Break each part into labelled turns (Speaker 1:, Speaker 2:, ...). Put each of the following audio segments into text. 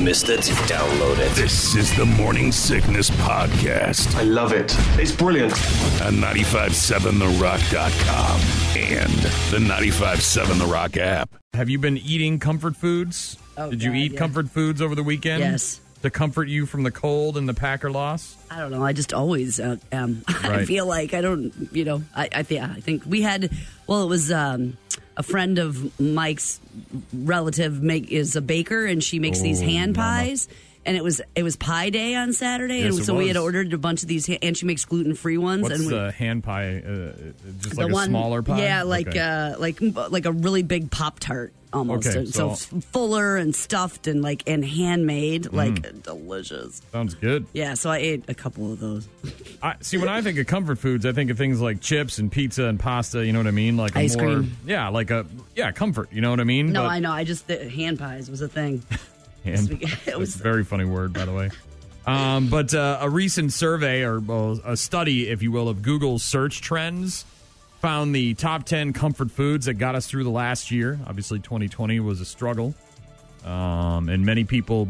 Speaker 1: missed it, download it.
Speaker 2: This is the Morning Sickness Podcast
Speaker 3: I love it. It's brilliant.
Speaker 2: on 957therock.com and the 957 The Rock app.
Speaker 4: Have you been eating comfort foods?
Speaker 5: Oh,
Speaker 4: Did you
Speaker 5: God,
Speaker 4: eat
Speaker 5: yeah.
Speaker 4: comfort foods over the weekend?
Speaker 5: Yes.
Speaker 4: To comfort you from the cold and the Packer loss?
Speaker 5: I don't know. I just always uh, am. I
Speaker 4: Right.
Speaker 5: feel like I don't, you know, I, I, yeah, I think we had, well, it was um, a friend of Mike's relative make is a baker and she makes these
Speaker 4: Oh,
Speaker 5: hand
Speaker 4: mama.
Speaker 5: pies. And it was it was pie day on Saturday,
Speaker 4: Yes,
Speaker 5: and
Speaker 4: it
Speaker 5: so we had
Speaker 4: was.
Speaker 5: ordered a bunch of these, ha- and she makes gluten free ones.
Speaker 4: What's
Speaker 5: and we,
Speaker 4: the hand pie? Uh, just like a smaller pie?
Speaker 5: Yeah, like
Speaker 4: Okay.
Speaker 5: uh, like like a really big pop tart almost.
Speaker 4: Okay,
Speaker 5: And so,
Speaker 4: so-
Speaker 5: fuller and stuffed and like and handmade, like
Speaker 4: Mm.
Speaker 5: delicious.
Speaker 4: Sounds good.
Speaker 5: Yeah, so I ate a couple of those.
Speaker 4: I, see, when I think of comfort foods, I think of things like chips and pizza and pasta. You know what I mean? Like a
Speaker 5: Ice
Speaker 4: more,
Speaker 5: cream.
Speaker 4: Yeah, like a yeah comfort. You know what I mean?
Speaker 5: No,
Speaker 4: But-
Speaker 5: I know. I just the hand pies was a thing.
Speaker 4: And
Speaker 5: Speak- it
Speaker 4: it's
Speaker 5: was-
Speaker 4: a very funny word, by the way. Um, but uh, a recent survey, or well, a study, if you will, of Google's search trends found the top 10 comfort foods that got us through the last year. Obviously, 2020 was a struggle. Um, and many people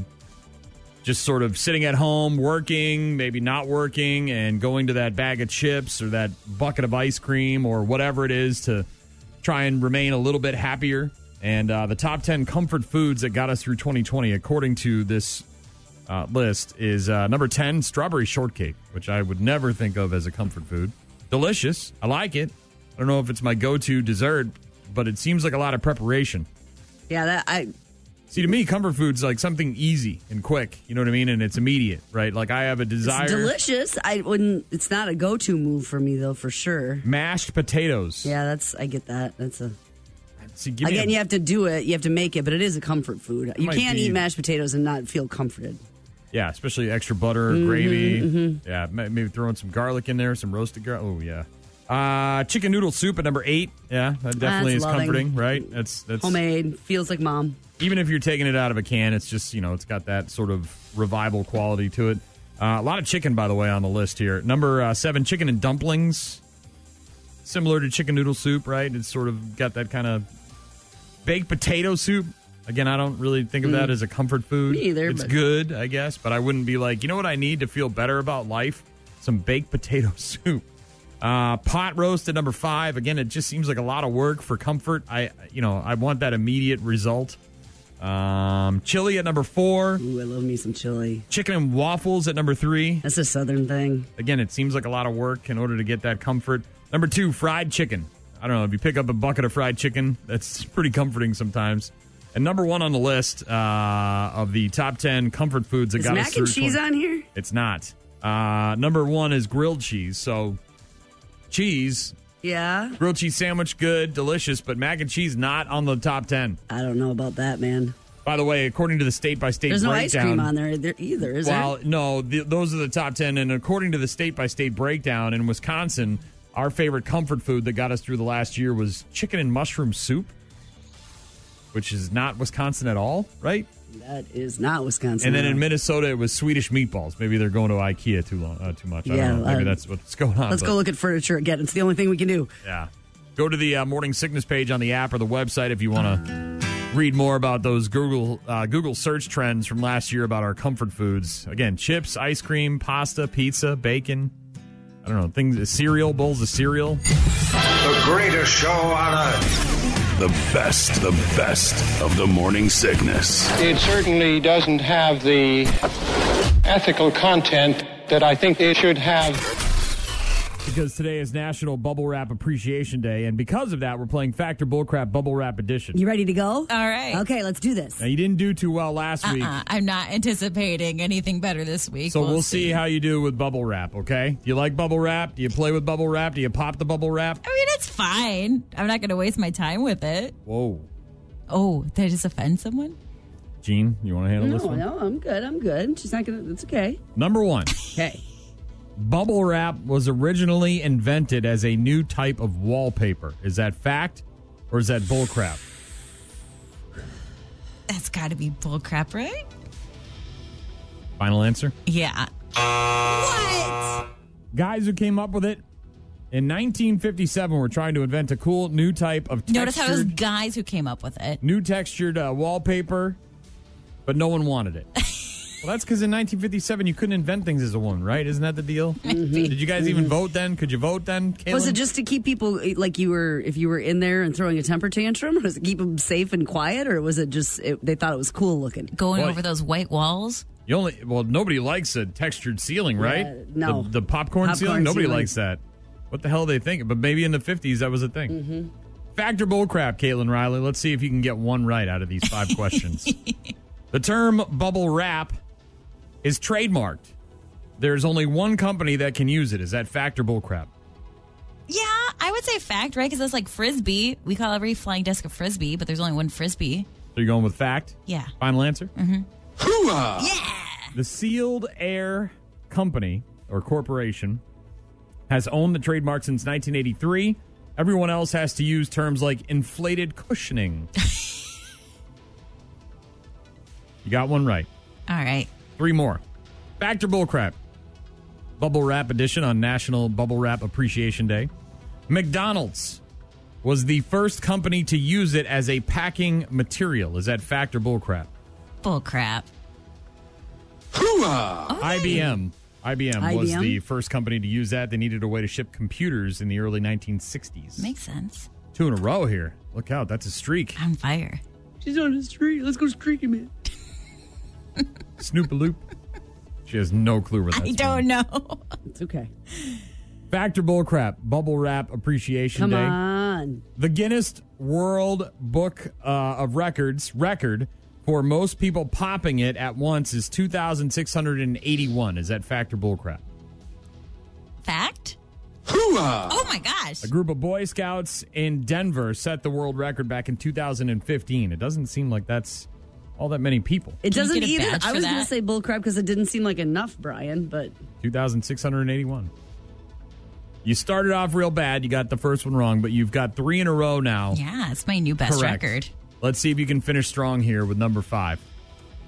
Speaker 4: just sort of sitting at home, working, maybe not working, and going to that bag of chips or that bucket of ice cream or whatever it is to try and remain a little bit happier. And uh, the top 10 comfort foods that got us through 2020, according to this uh, list, is uh, number 10, strawberry shortcake, which I would never think of as a comfort food. Delicious. I like it. I don't know if it's my go to dessert, but it seems like a lot of preparation.
Speaker 5: Yeah, that I
Speaker 4: See, to me, comfort food's like something easy and quick. You know what I mean? And it's immediate, right? Like I have a
Speaker 5: it's
Speaker 4: desire.
Speaker 5: delicious. I wouldn't. It's not a go-to move for me though, for sure.
Speaker 4: Mashed potatoes.
Speaker 5: Yeah, that's I get that. That's a
Speaker 4: See, give me a-
Speaker 5: again. You have to do it. You have to make it, but it is a comfort food. You
Speaker 4: might
Speaker 5: can't
Speaker 4: be-
Speaker 5: eat mashed potatoes and not feel comforted.
Speaker 4: yeah, especially extra butter or
Speaker 5: Mm-hmm,
Speaker 4: gravy. Yeah, ma- maybe throwing some garlic in there, some roasted garlic. Oh yeah. Uh, chicken noodle soup at number eight. Yeah, that definitely
Speaker 5: That's
Speaker 4: is
Speaker 5: loving.
Speaker 4: comforting, right? That's that's
Speaker 5: Homemade feels like mom.
Speaker 4: even if you're taking it out of a can, it's just you know it's got that sort of revival quality to it. Uh, a lot of chicken, by the way, on the list here. Number uh, seven, chicken and dumplings, similar to chicken noodle soup, right? It's sort of got that kind of baked potato soup. Again, I don't really think of that as a comfort food.
Speaker 5: Mm. Me either,
Speaker 4: It's
Speaker 5: but-
Speaker 4: good, I guess, but I wouldn't be like, you know what I need to feel better about life? Some baked potato soup. Uh, pot roast at number five. Again, it just seems like a lot of work for comfort. I, you know, I want that immediate result. Um, chili at number four.
Speaker 5: Ooh, I love me some chili.
Speaker 4: Chicken and waffles at number three.
Speaker 5: That's a southern thing.
Speaker 4: Again, it seems like a lot of work in order to get that comfort. Number two, fried chicken. I don't know. If you pick up a bucket of fried chicken, that's pretty comforting sometimes. And number one on the list uh, of the top 10 comfort foods that
Speaker 5: Is
Speaker 4: got us
Speaker 5: mac
Speaker 4: through
Speaker 5: and cheese
Speaker 4: 20
Speaker 5: on here?
Speaker 4: It's not. Uh, number one is grilled cheese. So, cheese,
Speaker 5: Yeah,
Speaker 4: grilled cheese sandwich, good, delicious, but mac and cheese not on the top 10.
Speaker 5: I don't know about that, man.
Speaker 4: By the way, according to the state by state
Speaker 5: There's no
Speaker 4: breakdown,
Speaker 5: ice cream on there either, either is
Speaker 4: well,
Speaker 5: there?
Speaker 4: no, th those are the top 10. And according to the state by state breakdown in Wisconsin, our favorite comfort food that got us through the last year was chicken and mushroom soup, which is not Wisconsin at all, right?
Speaker 5: That is not Wisconsin.
Speaker 4: And then
Speaker 5: at
Speaker 4: in
Speaker 5: all.
Speaker 4: Minnesota, it was Swedish meatballs. Maybe they're going to IKEA too long, uh, too much. I
Speaker 5: Yeah,
Speaker 4: don't know. Maybe
Speaker 5: um,
Speaker 4: that's what's going on.
Speaker 5: Let's
Speaker 4: but-
Speaker 5: go look at furniture again. It's the only thing we can do.
Speaker 4: yeah. Go to the uh, morning sickness page on the app or the website if you want to read more about those Google uh, Google search trends from last year about our comfort foods. Again, chips, ice cream, pasta, pizza, bacon. I don't know things, uh, cereal bowls of cereal.
Speaker 3: The greatest show on earth.
Speaker 2: The best, the best of the morning sickness.
Speaker 6: It certainly doesn't have the ethical content that I think it should have.
Speaker 4: Because today is National Bubble Wrap Appreciation Day, and because of that, we're playing Factor Bullcrap Bubble Wrap Edition.
Speaker 5: You ready to go?
Speaker 7: All right.
Speaker 5: Okay, let's do this.
Speaker 4: now you didn't do too well last week,
Speaker 7: Uh, I'm not anticipating anything better this week.
Speaker 4: so we'll, see. how you do with bubble wrap. Okay? Do you like bubble wrap? Do you play with bubble wrap? Do you pop the bubble wrap?
Speaker 7: I mean, it's fine. I'm not going to waste my time with it.
Speaker 4: Whoa.
Speaker 7: Oh, did I just offend someone?
Speaker 4: Gene, you want to handle
Speaker 5: No,
Speaker 4: this one?
Speaker 5: Oh, no, I'm good. I'm good. She's not gonna. It's okay.
Speaker 4: Number one,
Speaker 5: Okay.
Speaker 4: bubble wrap was originally invented as a new type of wallpaper. Is that fact or is that bullcrap?
Speaker 7: That's got to be bullcrap, right?
Speaker 4: Final answer.
Speaker 7: Yeah. What?
Speaker 4: Guys who came up with it in 1957 were trying to invent a cool new type of textured,
Speaker 7: Notice how it was guys who came up with it.
Speaker 4: new textured uh, wallpaper, but no one wanted it. Well, that's because in 1957 you couldn't invent things as a woman, right? Isn't that the deal? Did you guys
Speaker 7: Mm-hmm.
Speaker 4: even vote then? Could you vote then?
Speaker 5: Was
Speaker 4: Caitlin?
Speaker 5: it just to keep people like you were if you were in there and throwing a temper tantrum? Was it keep them safe and quiet, or was it just it, they thought it was cool looking?
Speaker 7: Going
Speaker 4: Boy.
Speaker 7: over those white walls.
Speaker 4: you only? Well, nobody likes a textured ceiling, right?
Speaker 5: Yeah, no.
Speaker 4: The, the popcorn,
Speaker 5: Popcorn
Speaker 4: ceiling. Nobody
Speaker 5: ceiling.
Speaker 4: likes that. What the hell they think? But maybe in the 50s that was a thing. Mm-hmm. Factor bullcrap, Caitlin Riley. Let's see if you can get one right out of these five questions. The term bubble wrap is trademarked. There's only one company that can use it. Is that Factor bullcrap?
Speaker 7: Yeah, I would say fact, right? Because that's like frisbee. We call every flying disc a frisbee, but there's only one frisbee.
Speaker 4: So you're going with fact?
Speaker 7: Yeah. Mm-hmm.
Speaker 4: Final answer?
Speaker 7: Yeah.
Speaker 4: The Sealed Air Company or corporation has owned the trademark since 1983. Everyone else has to use terms like inflated cushioning. you got one right.
Speaker 7: All right.
Speaker 4: Three more. Factor bullcrap. Bubble wrap edition on National Bubble Wrap Appreciation Day. McDonald's was the first company to use it as a packing material. Is that fact or bullcrap?
Speaker 7: Bull crap.
Speaker 5: Oh.
Speaker 4: IBM. IBM. was
Speaker 5: IBM?
Speaker 4: the first company to use that. They needed a way to ship computers in the early 1960s.
Speaker 7: Makes sense.
Speaker 4: Two in a row here. Look out, that's a streak.
Speaker 7: On fire.
Speaker 5: She's on the street. Let's go streaky man.
Speaker 4: Snoop a loop. She has no clue where that's
Speaker 7: I don't know.
Speaker 5: It's okay.
Speaker 4: from. Factor bullcrap. Bubble wrap appreciation
Speaker 5: Come
Speaker 4: day.
Speaker 5: on.
Speaker 4: The Guinness World Book uh, of Records record for most people popping it at once is 2,681. Is that fact or bullcrap?
Speaker 7: Fact? Oh my gosh.
Speaker 4: A group of Boy Scouts in Denver set the world record back in 2015. It doesn't seem like that's all that many people.
Speaker 5: It
Speaker 7: Can you
Speaker 5: doesn't
Speaker 7: get a
Speaker 5: either.
Speaker 7: badge
Speaker 5: I
Speaker 7: for
Speaker 5: was going to
Speaker 7: that?
Speaker 5: say bull crap because it didn't seem like enough, Brian. But
Speaker 4: 2,681. You started off real bad. You got the first one wrong, but you've got three in a row now.
Speaker 7: Yeah, it's my new best
Speaker 4: Correct.
Speaker 7: record.
Speaker 4: Let's see if you can finish strong here with number five.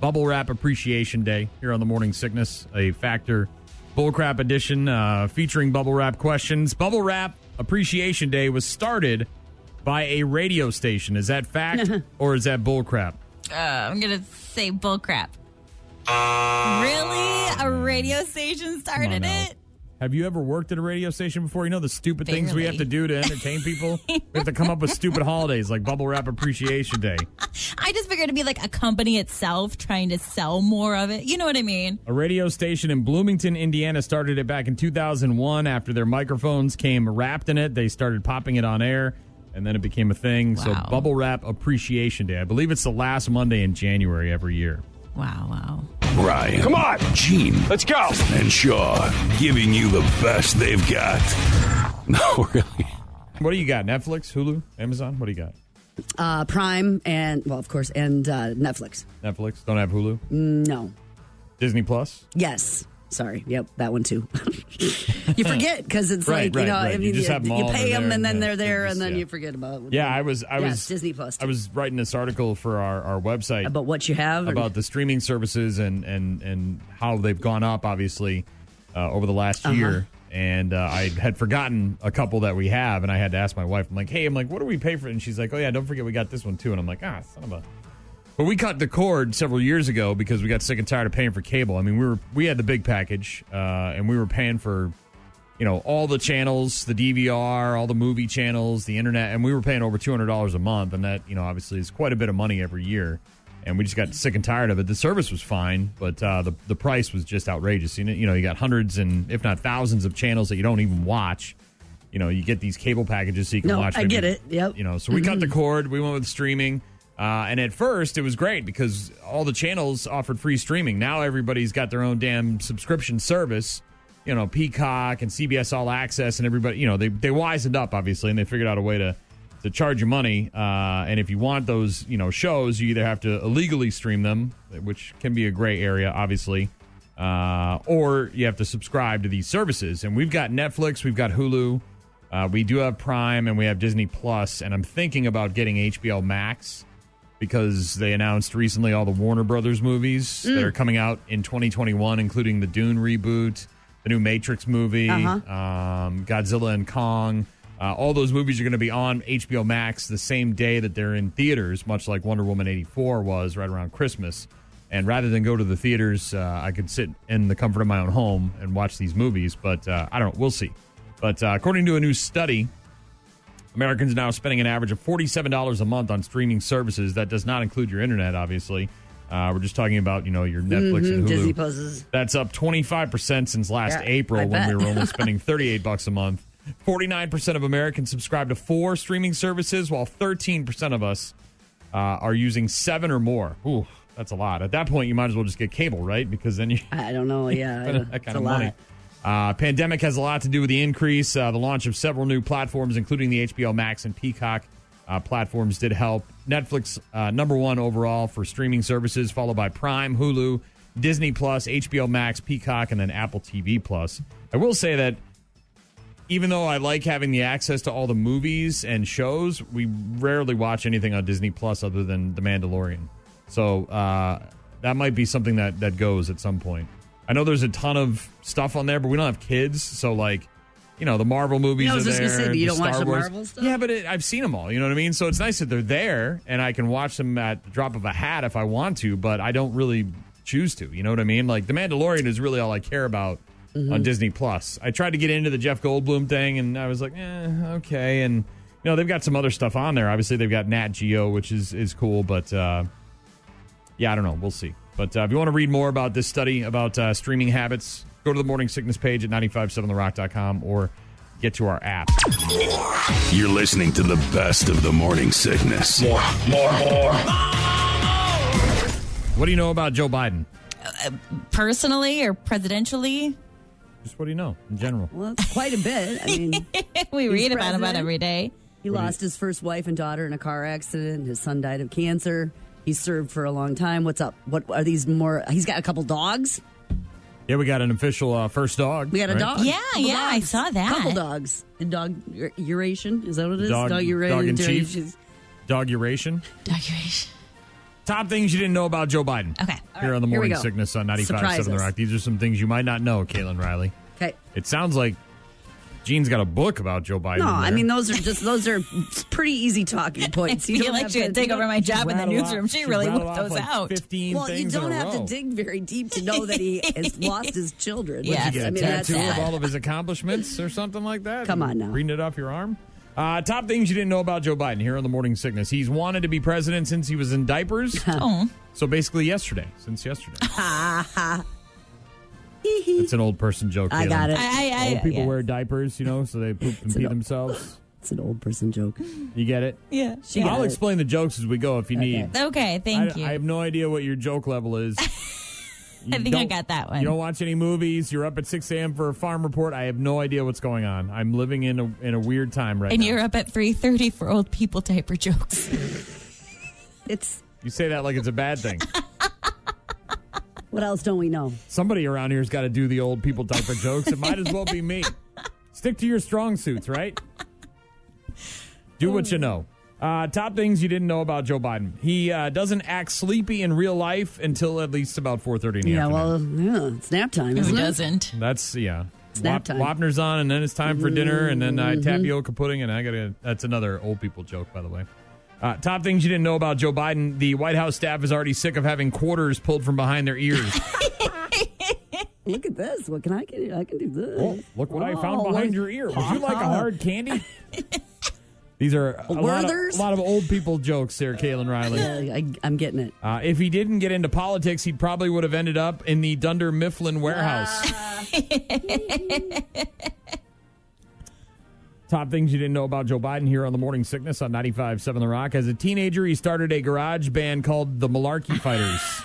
Speaker 4: Bubble Wrap Appreciation Day here on the Morning Sickness, a Factor Bullcrap edition uh, featuring Bubble Wrap questions. Bubble Wrap Appreciation Day was started by a radio station. Is that fact or is that bullcrap?
Speaker 7: Uh, I'm going to say bull crap. Really? A radio station
Speaker 4: Come on
Speaker 7: started
Speaker 4: now.
Speaker 7: it?
Speaker 4: Have you ever worked at a radio station before? You know the stupid things we
Speaker 7: Barely.
Speaker 4: have to do to entertain people? we have to come up with stupid holidays like Bubble Wrap Appreciation Day.
Speaker 7: I just figured it'd be like a company itself trying to sell more of it. You know what I mean?
Speaker 4: A radio station in Bloomington, Indiana started it back in 2001 after their microphones came wrapped in it. They started popping it on air and then it became a thing.
Speaker 7: Wow.
Speaker 4: So, Bubble Wrap Appreciation Day. I believe it's the last Monday in January every year.
Speaker 7: Wow, wow.
Speaker 2: Ryan. Come on. Gene
Speaker 3: Let's go.
Speaker 2: and Shaw giving you the best they've got. No, really.
Speaker 4: What do you got? Netflix, Hulu, Amazon? What do you got?
Speaker 5: uh, Prime and well, of course, and uh, Netflix.
Speaker 4: Netflix? Don't have Hulu?
Speaker 5: No.
Speaker 4: Disney Plus?
Speaker 5: Yes. Sorry. Yep. That one too. you forget because it's
Speaker 4: Right,
Speaker 5: like
Speaker 4: right,
Speaker 5: you know,
Speaker 4: right.
Speaker 5: I
Speaker 4: You
Speaker 5: mean, you,
Speaker 4: just have 'em
Speaker 5: you
Speaker 4: all,
Speaker 5: pay
Speaker 4: they're
Speaker 5: them
Speaker 4: there,
Speaker 5: and then
Speaker 4: yeah.
Speaker 5: they're there,
Speaker 4: They
Speaker 5: and
Speaker 4: just-
Speaker 5: then
Speaker 4: yeah.
Speaker 5: you forget about. It.
Speaker 4: Yeah, I was I
Speaker 5: Yeah,
Speaker 4: was
Speaker 5: it's Disney Plus, too.
Speaker 4: I was writing this article for our, our website
Speaker 5: about what you have. or-
Speaker 4: about the streaming services and and and how they've gone up obviously uh, over the last year and uh, i had forgotten a couple that we have and i had to ask my wife i'm like hey i'm like what do we pay for and she's like oh yeah don't forget we got this one too and i'm like ah son of a but we cut the cord several years ago because we got sick and tired of paying for cable i mean we were we had the big package uh, and we were paying for you know all the channels the dvr all the movie channels the internet and we were paying over $200 a month and that you know obviously is quite a bit of money every year and we just got sick and tired of it the service was fine but uh, the, the price was just outrageous you know, you know you got hundreds and if not thousands of channels that you don't even watch you know you get these cable packages so you can
Speaker 5: No,
Speaker 4: watch
Speaker 5: I
Speaker 4: maybe-
Speaker 5: get it. Yep. Mm-hmm.
Speaker 4: you know so we cut the cord we went with streaming uh, and at first it was great because all the channels offered free streaming now everybody's got their own damn subscription service you know Peacock and CBS All Access and everybody. You know they they wised up obviously, and they figured out a way to to charge you money. Uh, and if you want those you know shows, you either have to illegally stream them, which can be a gray area, obviously, uh, or you have to subscribe to these services. And we've got Netflix, we've got Hulu. Uh, we do have Prime and we have Disney Plus, and I'm thinking about getting HBO Max because they announced recently all the Warner Brothers movies that are coming out in 2021, including the Dune reboot, the new Matrix movie, um, Godzilla and Kong. Uh, all those movies are going to be on HBO Max the same day that they're in theaters, much like Wonder Woman 84 was right around Christmas. And rather than go to the theaters, uh, I could sit in the comfort of my own home and watch these movies. But uh, I don't know. We'll see. But uh, according to a new study, Americans now spending an average of $47 a month on streaming services. That does not include your internet, obviously. Uh, we're just talking about, you know, your Netflix and Hulu.
Speaker 5: Hmm, Mm-hmm. Disney Pluses.
Speaker 4: That's up 25% since last
Speaker 5: Yeah,
Speaker 4: April
Speaker 5: I
Speaker 4: when
Speaker 5: bet.
Speaker 4: we were only spending 38 bucks a month. 49% of Americans subscribe to four streaming services, while 13% of us uh, are using seven or more. Ooh, that's a lot. At that point, you might as well just get cable, right? Because then you
Speaker 5: I don't know. Yeah, I don't-
Speaker 4: that
Speaker 5: it's
Speaker 4: kind
Speaker 5: a
Speaker 4: of
Speaker 5: lot.
Speaker 4: money. Uh, pandemic has a lot to do with the increase. Uh, the launch of several new platforms, including the HBO Max and Peacock uh, platforms, did help. Netflix, uh, number one overall for streaming services, followed by Prime, Hulu, Disney Plus, HBO Max, Peacock, and then Apple TV Plus. I will say that even though I like having the access to all the movies and shows, we rarely watch anything on Disney Plus other than The Mandalorian. So uh, that might be something that that goes at some point. I know there's a ton of stuff on there, but we don't have kids, so like. You know the Marvel movies
Speaker 5: Yeah, I
Speaker 4: are
Speaker 5: was just
Speaker 4: there.
Speaker 5: gonna say, but you
Speaker 4: the
Speaker 5: don't watch
Speaker 4: Star
Speaker 5: the
Speaker 4: Wars.
Speaker 5: Marvel stuff?
Speaker 4: Yeah, but it, I've seen them all. You know what I mean. So it's nice that they're there, and I can watch them at the drop of a hat if I want to. But I don't really choose to. You know what I mean? Like the Mandalorian is really all I care about
Speaker 5: Mm-hmm.
Speaker 4: on Disney Plus. I tried to get into the Jeff Goldblum thing, and I was like, eh, okay. And you know, they've got some other stuff on there. Obviously, they've got Nat Geo, which is is cool, but uh, yeah, I don't know. We'll see. But uh, if you want to read more about this study about uh, streaming habits, go to the Morning Sickness page at 957therock.com or get to our app.
Speaker 2: You're listening to the best of the morning sickness.
Speaker 3: More, more, more.
Speaker 4: What do you know about Joe Biden?
Speaker 7: Personally or presidentially,
Speaker 4: Just what do you know in general?
Speaker 5: Well, it's quite a bit. I mean,
Speaker 7: we read about him
Speaker 5: president.
Speaker 7: about every day.
Speaker 5: he lost his first wife and daughter in a car accident. His son died of cancer. He served for a long time. What's up? What are these more? He's got a couple dogs.
Speaker 4: Yeah, we got an official uh, first dog.
Speaker 5: We got a
Speaker 4: right?
Speaker 5: dog.
Speaker 7: Yeah,
Speaker 5: Couple
Speaker 7: yeah, I
Speaker 5: dogs.
Speaker 7: saw that.
Speaker 5: Couple dogs. And dog ur- uration is that what it is?
Speaker 4: Dog-
Speaker 5: uration.
Speaker 4: dog in chief. Dog Uration.
Speaker 7: Documentation.
Speaker 4: Top things you didn't know about Joe Biden.
Speaker 7: Okay.
Speaker 4: Here on the
Speaker 5: Here we
Speaker 4: Morning
Speaker 5: go.
Speaker 4: Sickness on 95.7
Speaker 5: Surprise
Speaker 4: The
Speaker 5: us.
Speaker 4: Rock. These are some things you might not know, Caitlin Riley.
Speaker 5: Okay.
Speaker 4: It sounds like Gene's got a book about Joe Biden.
Speaker 5: No,
Speaker 4: in
Speaker 5: I
Speaker 4: there.
Speaker 5: mean those are just those are pretty easy talking points.
Speaker 7: feel
Speaker 5: don't
Speaker 7: like
Speaker 5: have
Speaker 7: she
Speaker 5: to-
Speaker 7: would take
Speaker 5: you
Speaker 7: over
Speaker 5: don't-
Speaker 7: my job in the
Speaker 4: rattle off-
Speaker 7: newsroom. She
Speaker 4: she'd
Speaker 7: really
Speaker 4: rattle
Speaker 7: whipped
Speaker 4: off
Speaker 7: those
Speaker 4: like
Speaker 7: out.
Speaker 4: 15
Speaker 5: Well, you
Speaker 4: things in
Speaker 5: don't
Speaker 4: a
Speaker 5: have
Speaker 4: row.
Speaker 5: to dig very deep to know that he has lost his children.
Speaker 7: Yeah,
Speaker 5: Which
Speaker 4: You
Speaker 5: is-
Speaker 4: get
Speaker 5: I
Speaker 4: a
Speaker 5: mean, that's
Speaker 4: tattoo of
Speaker 5: sad.
Speaker 4: all of his accomplishments or something like that?
Speaker 5: Come on now.
Speaker 4: Reading it off your arm? Uh, top things you didn't know about Joe Biden here on the Morning Sickness. He's wanted to be president since he was in diapers.
Speaker 7: Oh,
Speaker 4: so basically yesterday, since yesterday. it's an old person joke.
Speaker 5: I
Speaker 4: Caitlin.
Speaker 5: got it.
Speaker 7: I, I,
Speaker 4: Old people
Speaker 7: yeah.
Speaker 4: wear diapers, you know, so they poop and
Speaker 5: an
Speaker 4: pee
Speaker 5: old-
Speaker 4: themselves.
Speaker 5: It's an old person joke.
Speaker 4: You get it?
Speaker 7: Yeah.
Speaker 5: She got
Speaker 4: I'll
Speaker 5: it.
Speaker 4: explain the jokes as we go if you need.
Speaker 7: Okay, thank
Speaker 4: I,
Speaker 7: you.
Speaker 4: I have no idea what your joke level is.
Speaker 7: I think I got that one.
Speaker 4: You don't watch any movies. You're up at 6 a.m. for a farm report. I have no idea what's going on. I'm living in a in a weird time right
Speaker 7: and
Speaker 4: now.
Speaker 7: you're up at 3.30 for old people diaper jokes.
Speaker 5: It's
Speaker 4: You say that like it's a bad thing.
Speaker 5: what else don't we know?
Speaker 4: Somebody around here's got to do the old people diaper jokes. It might as well be me. Stick to your strong suits, right? Do what you know. Uh, top things you didn't know about Joe Biden. He uh, doesn't act sleepy in real life until at least about 4:30 in the
Speaker 5: Yeah,
Speaker 4: afternoon.
Speaker 5: well, yeah, it's nap time,
Speaker 7: Who
Speaker 5: isn't it?
Speaker 7: doesn't?
Speaker 4: That's yeah.
Speaker 5: nap
Speaker 4: Wap-
Speaker 5: time. Mm-hmm.
Speaker 4: Wapner's on, and then it's time for dinner, and then I tapioca pudding, and I gotta. That's another old people joke, by the way. Uh, top things you didn't know about Joe Biden: the White House staff is already sick of having quarters pulled from behind their ears.
Speaker 5: Look at this. What can I get? I can do this.
Speaker 4: Oh, look what I found
Speaker 5: Oh,
Speaker 4: behind
Speaker 5: look-
Speaker 4: your ear. Would you like a hard candy? These are a lot, of,
Speaker 5: Werther's?
Speaker 4: a lot of old people jokes there, Kaylin Riley.
Speaker 5: Yeah, I, I'm getting it.
Speaker 4: Uh, if he didn't get into politics, he probably would have ended up in the Dunder Mifflin warehouse. Top things you didn't know about Joe Biden here on the Morning Sickness on 95.7 The Rock. As a teenager, he started a garage band called the Malarkey Fighters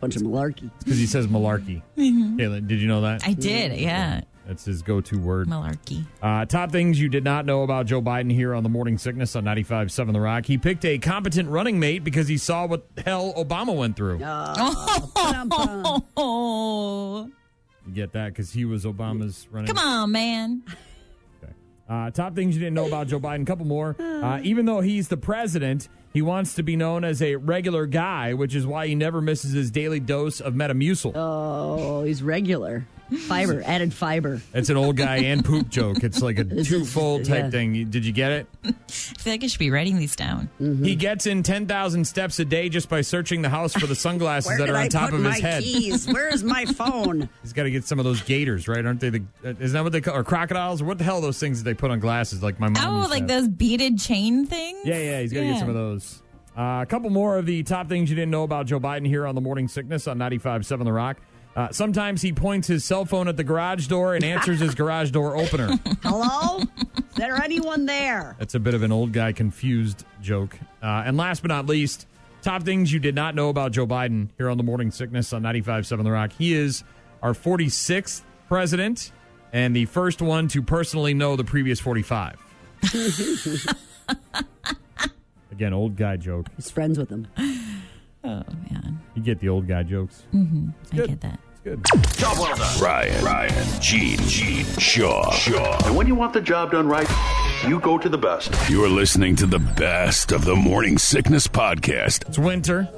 Speaker 5: Bunch of malarkey.
Speaker 4: because he says malarkey. Kaylin, did you know that?
Speaker 7: I did, yeah.
Speaker 4: That's his go-to word.
Speaker 7: Malarkey.
Speaker 4: Uh, top things you did not know about Joe Biden here on the Morning Sickness on 95.7 The Rock. He picked a competent running mate because he saw what the hell Obama went through.
Speaker 7: Oh,
Speaker 4: You get that? Because he was Obama's running
Speaker 7: come on, man.
Speaker 4: Uh, top things you didn't know about Joe Biden. Couple more. Uh, even though he's the president, he wants to be known as a regular guy, which is why he never misses his daily dose of Metamucil.
Speaker 5: Oh, he's regular. Fiber, added fiber.
Speaker 4: It's an old guy and poop joke. It's like a
Speaker 5: is-
Speaker 4: twofold type
Speaker 5: yeah.
Speaker 4: thing. You- Did you get it?
Speaker 7: I feel like I should be writing these down.
Speaker 5: Mm-hmm.
Speaker 4: He gets in 10,000 steps a day just by searching the house for the sunglasses
Speaker 5: Where
Speaker 4: that
Speaker 5: did
Speaker 4: are on
Speaker 5: I
Speaker 4: top
Speaker 5: put
Speaker 4: of his
Speaker 5: my
Speaker 4: head.
Speaker 5: keys? Where's my phone?
Speaker 4: He's got to get some of those gators, right? Aren't they the? uh, Isn't that what they call or crocodiles or what the hell are those things that they put on glasses? Like my mom.
Speaker 7: Oh,
Speaker 4: used to
Speaker 7: like
Speaker 4: have.
Speaker 7: those beaded chain things?
Speaker 4: Yeah, yeah. He's got to get some of those. Uh, a couple more of the top things you didn't know about Joe Biden here on the Morning Sickness on 95.7 The Rock. Uh, sometimes he points his cell phone at the garage door and answers his garage door opener.
Speaker 5: Hello? Is there anyone there?
Speaker 4: That's a bit of an old guy confused joke. Uh, and last but not least, top things you did not know about Joe Biden here on the Morning Sickness on 95.7 The Rock. He is our 46th president and the first one to personally know the previous 45. Again, old guy joke.
Speaker 5: He's friends with him.
Speaker 7: Oh, man.
Speaker 4: You get the old guy jokes.
Speaker 7: I get that.
Speaker 4: It's good.
Speaker 3: Job well done.
Speaker 2: Ryan, Ryan, Gene, Gene, Shaw, Shaw.
Speaker 1: And when you want the job done right, you go to the best.
Speaker 2: You're listening to the best of the Morning Sickness podcast.
Speaker 4: It's winter.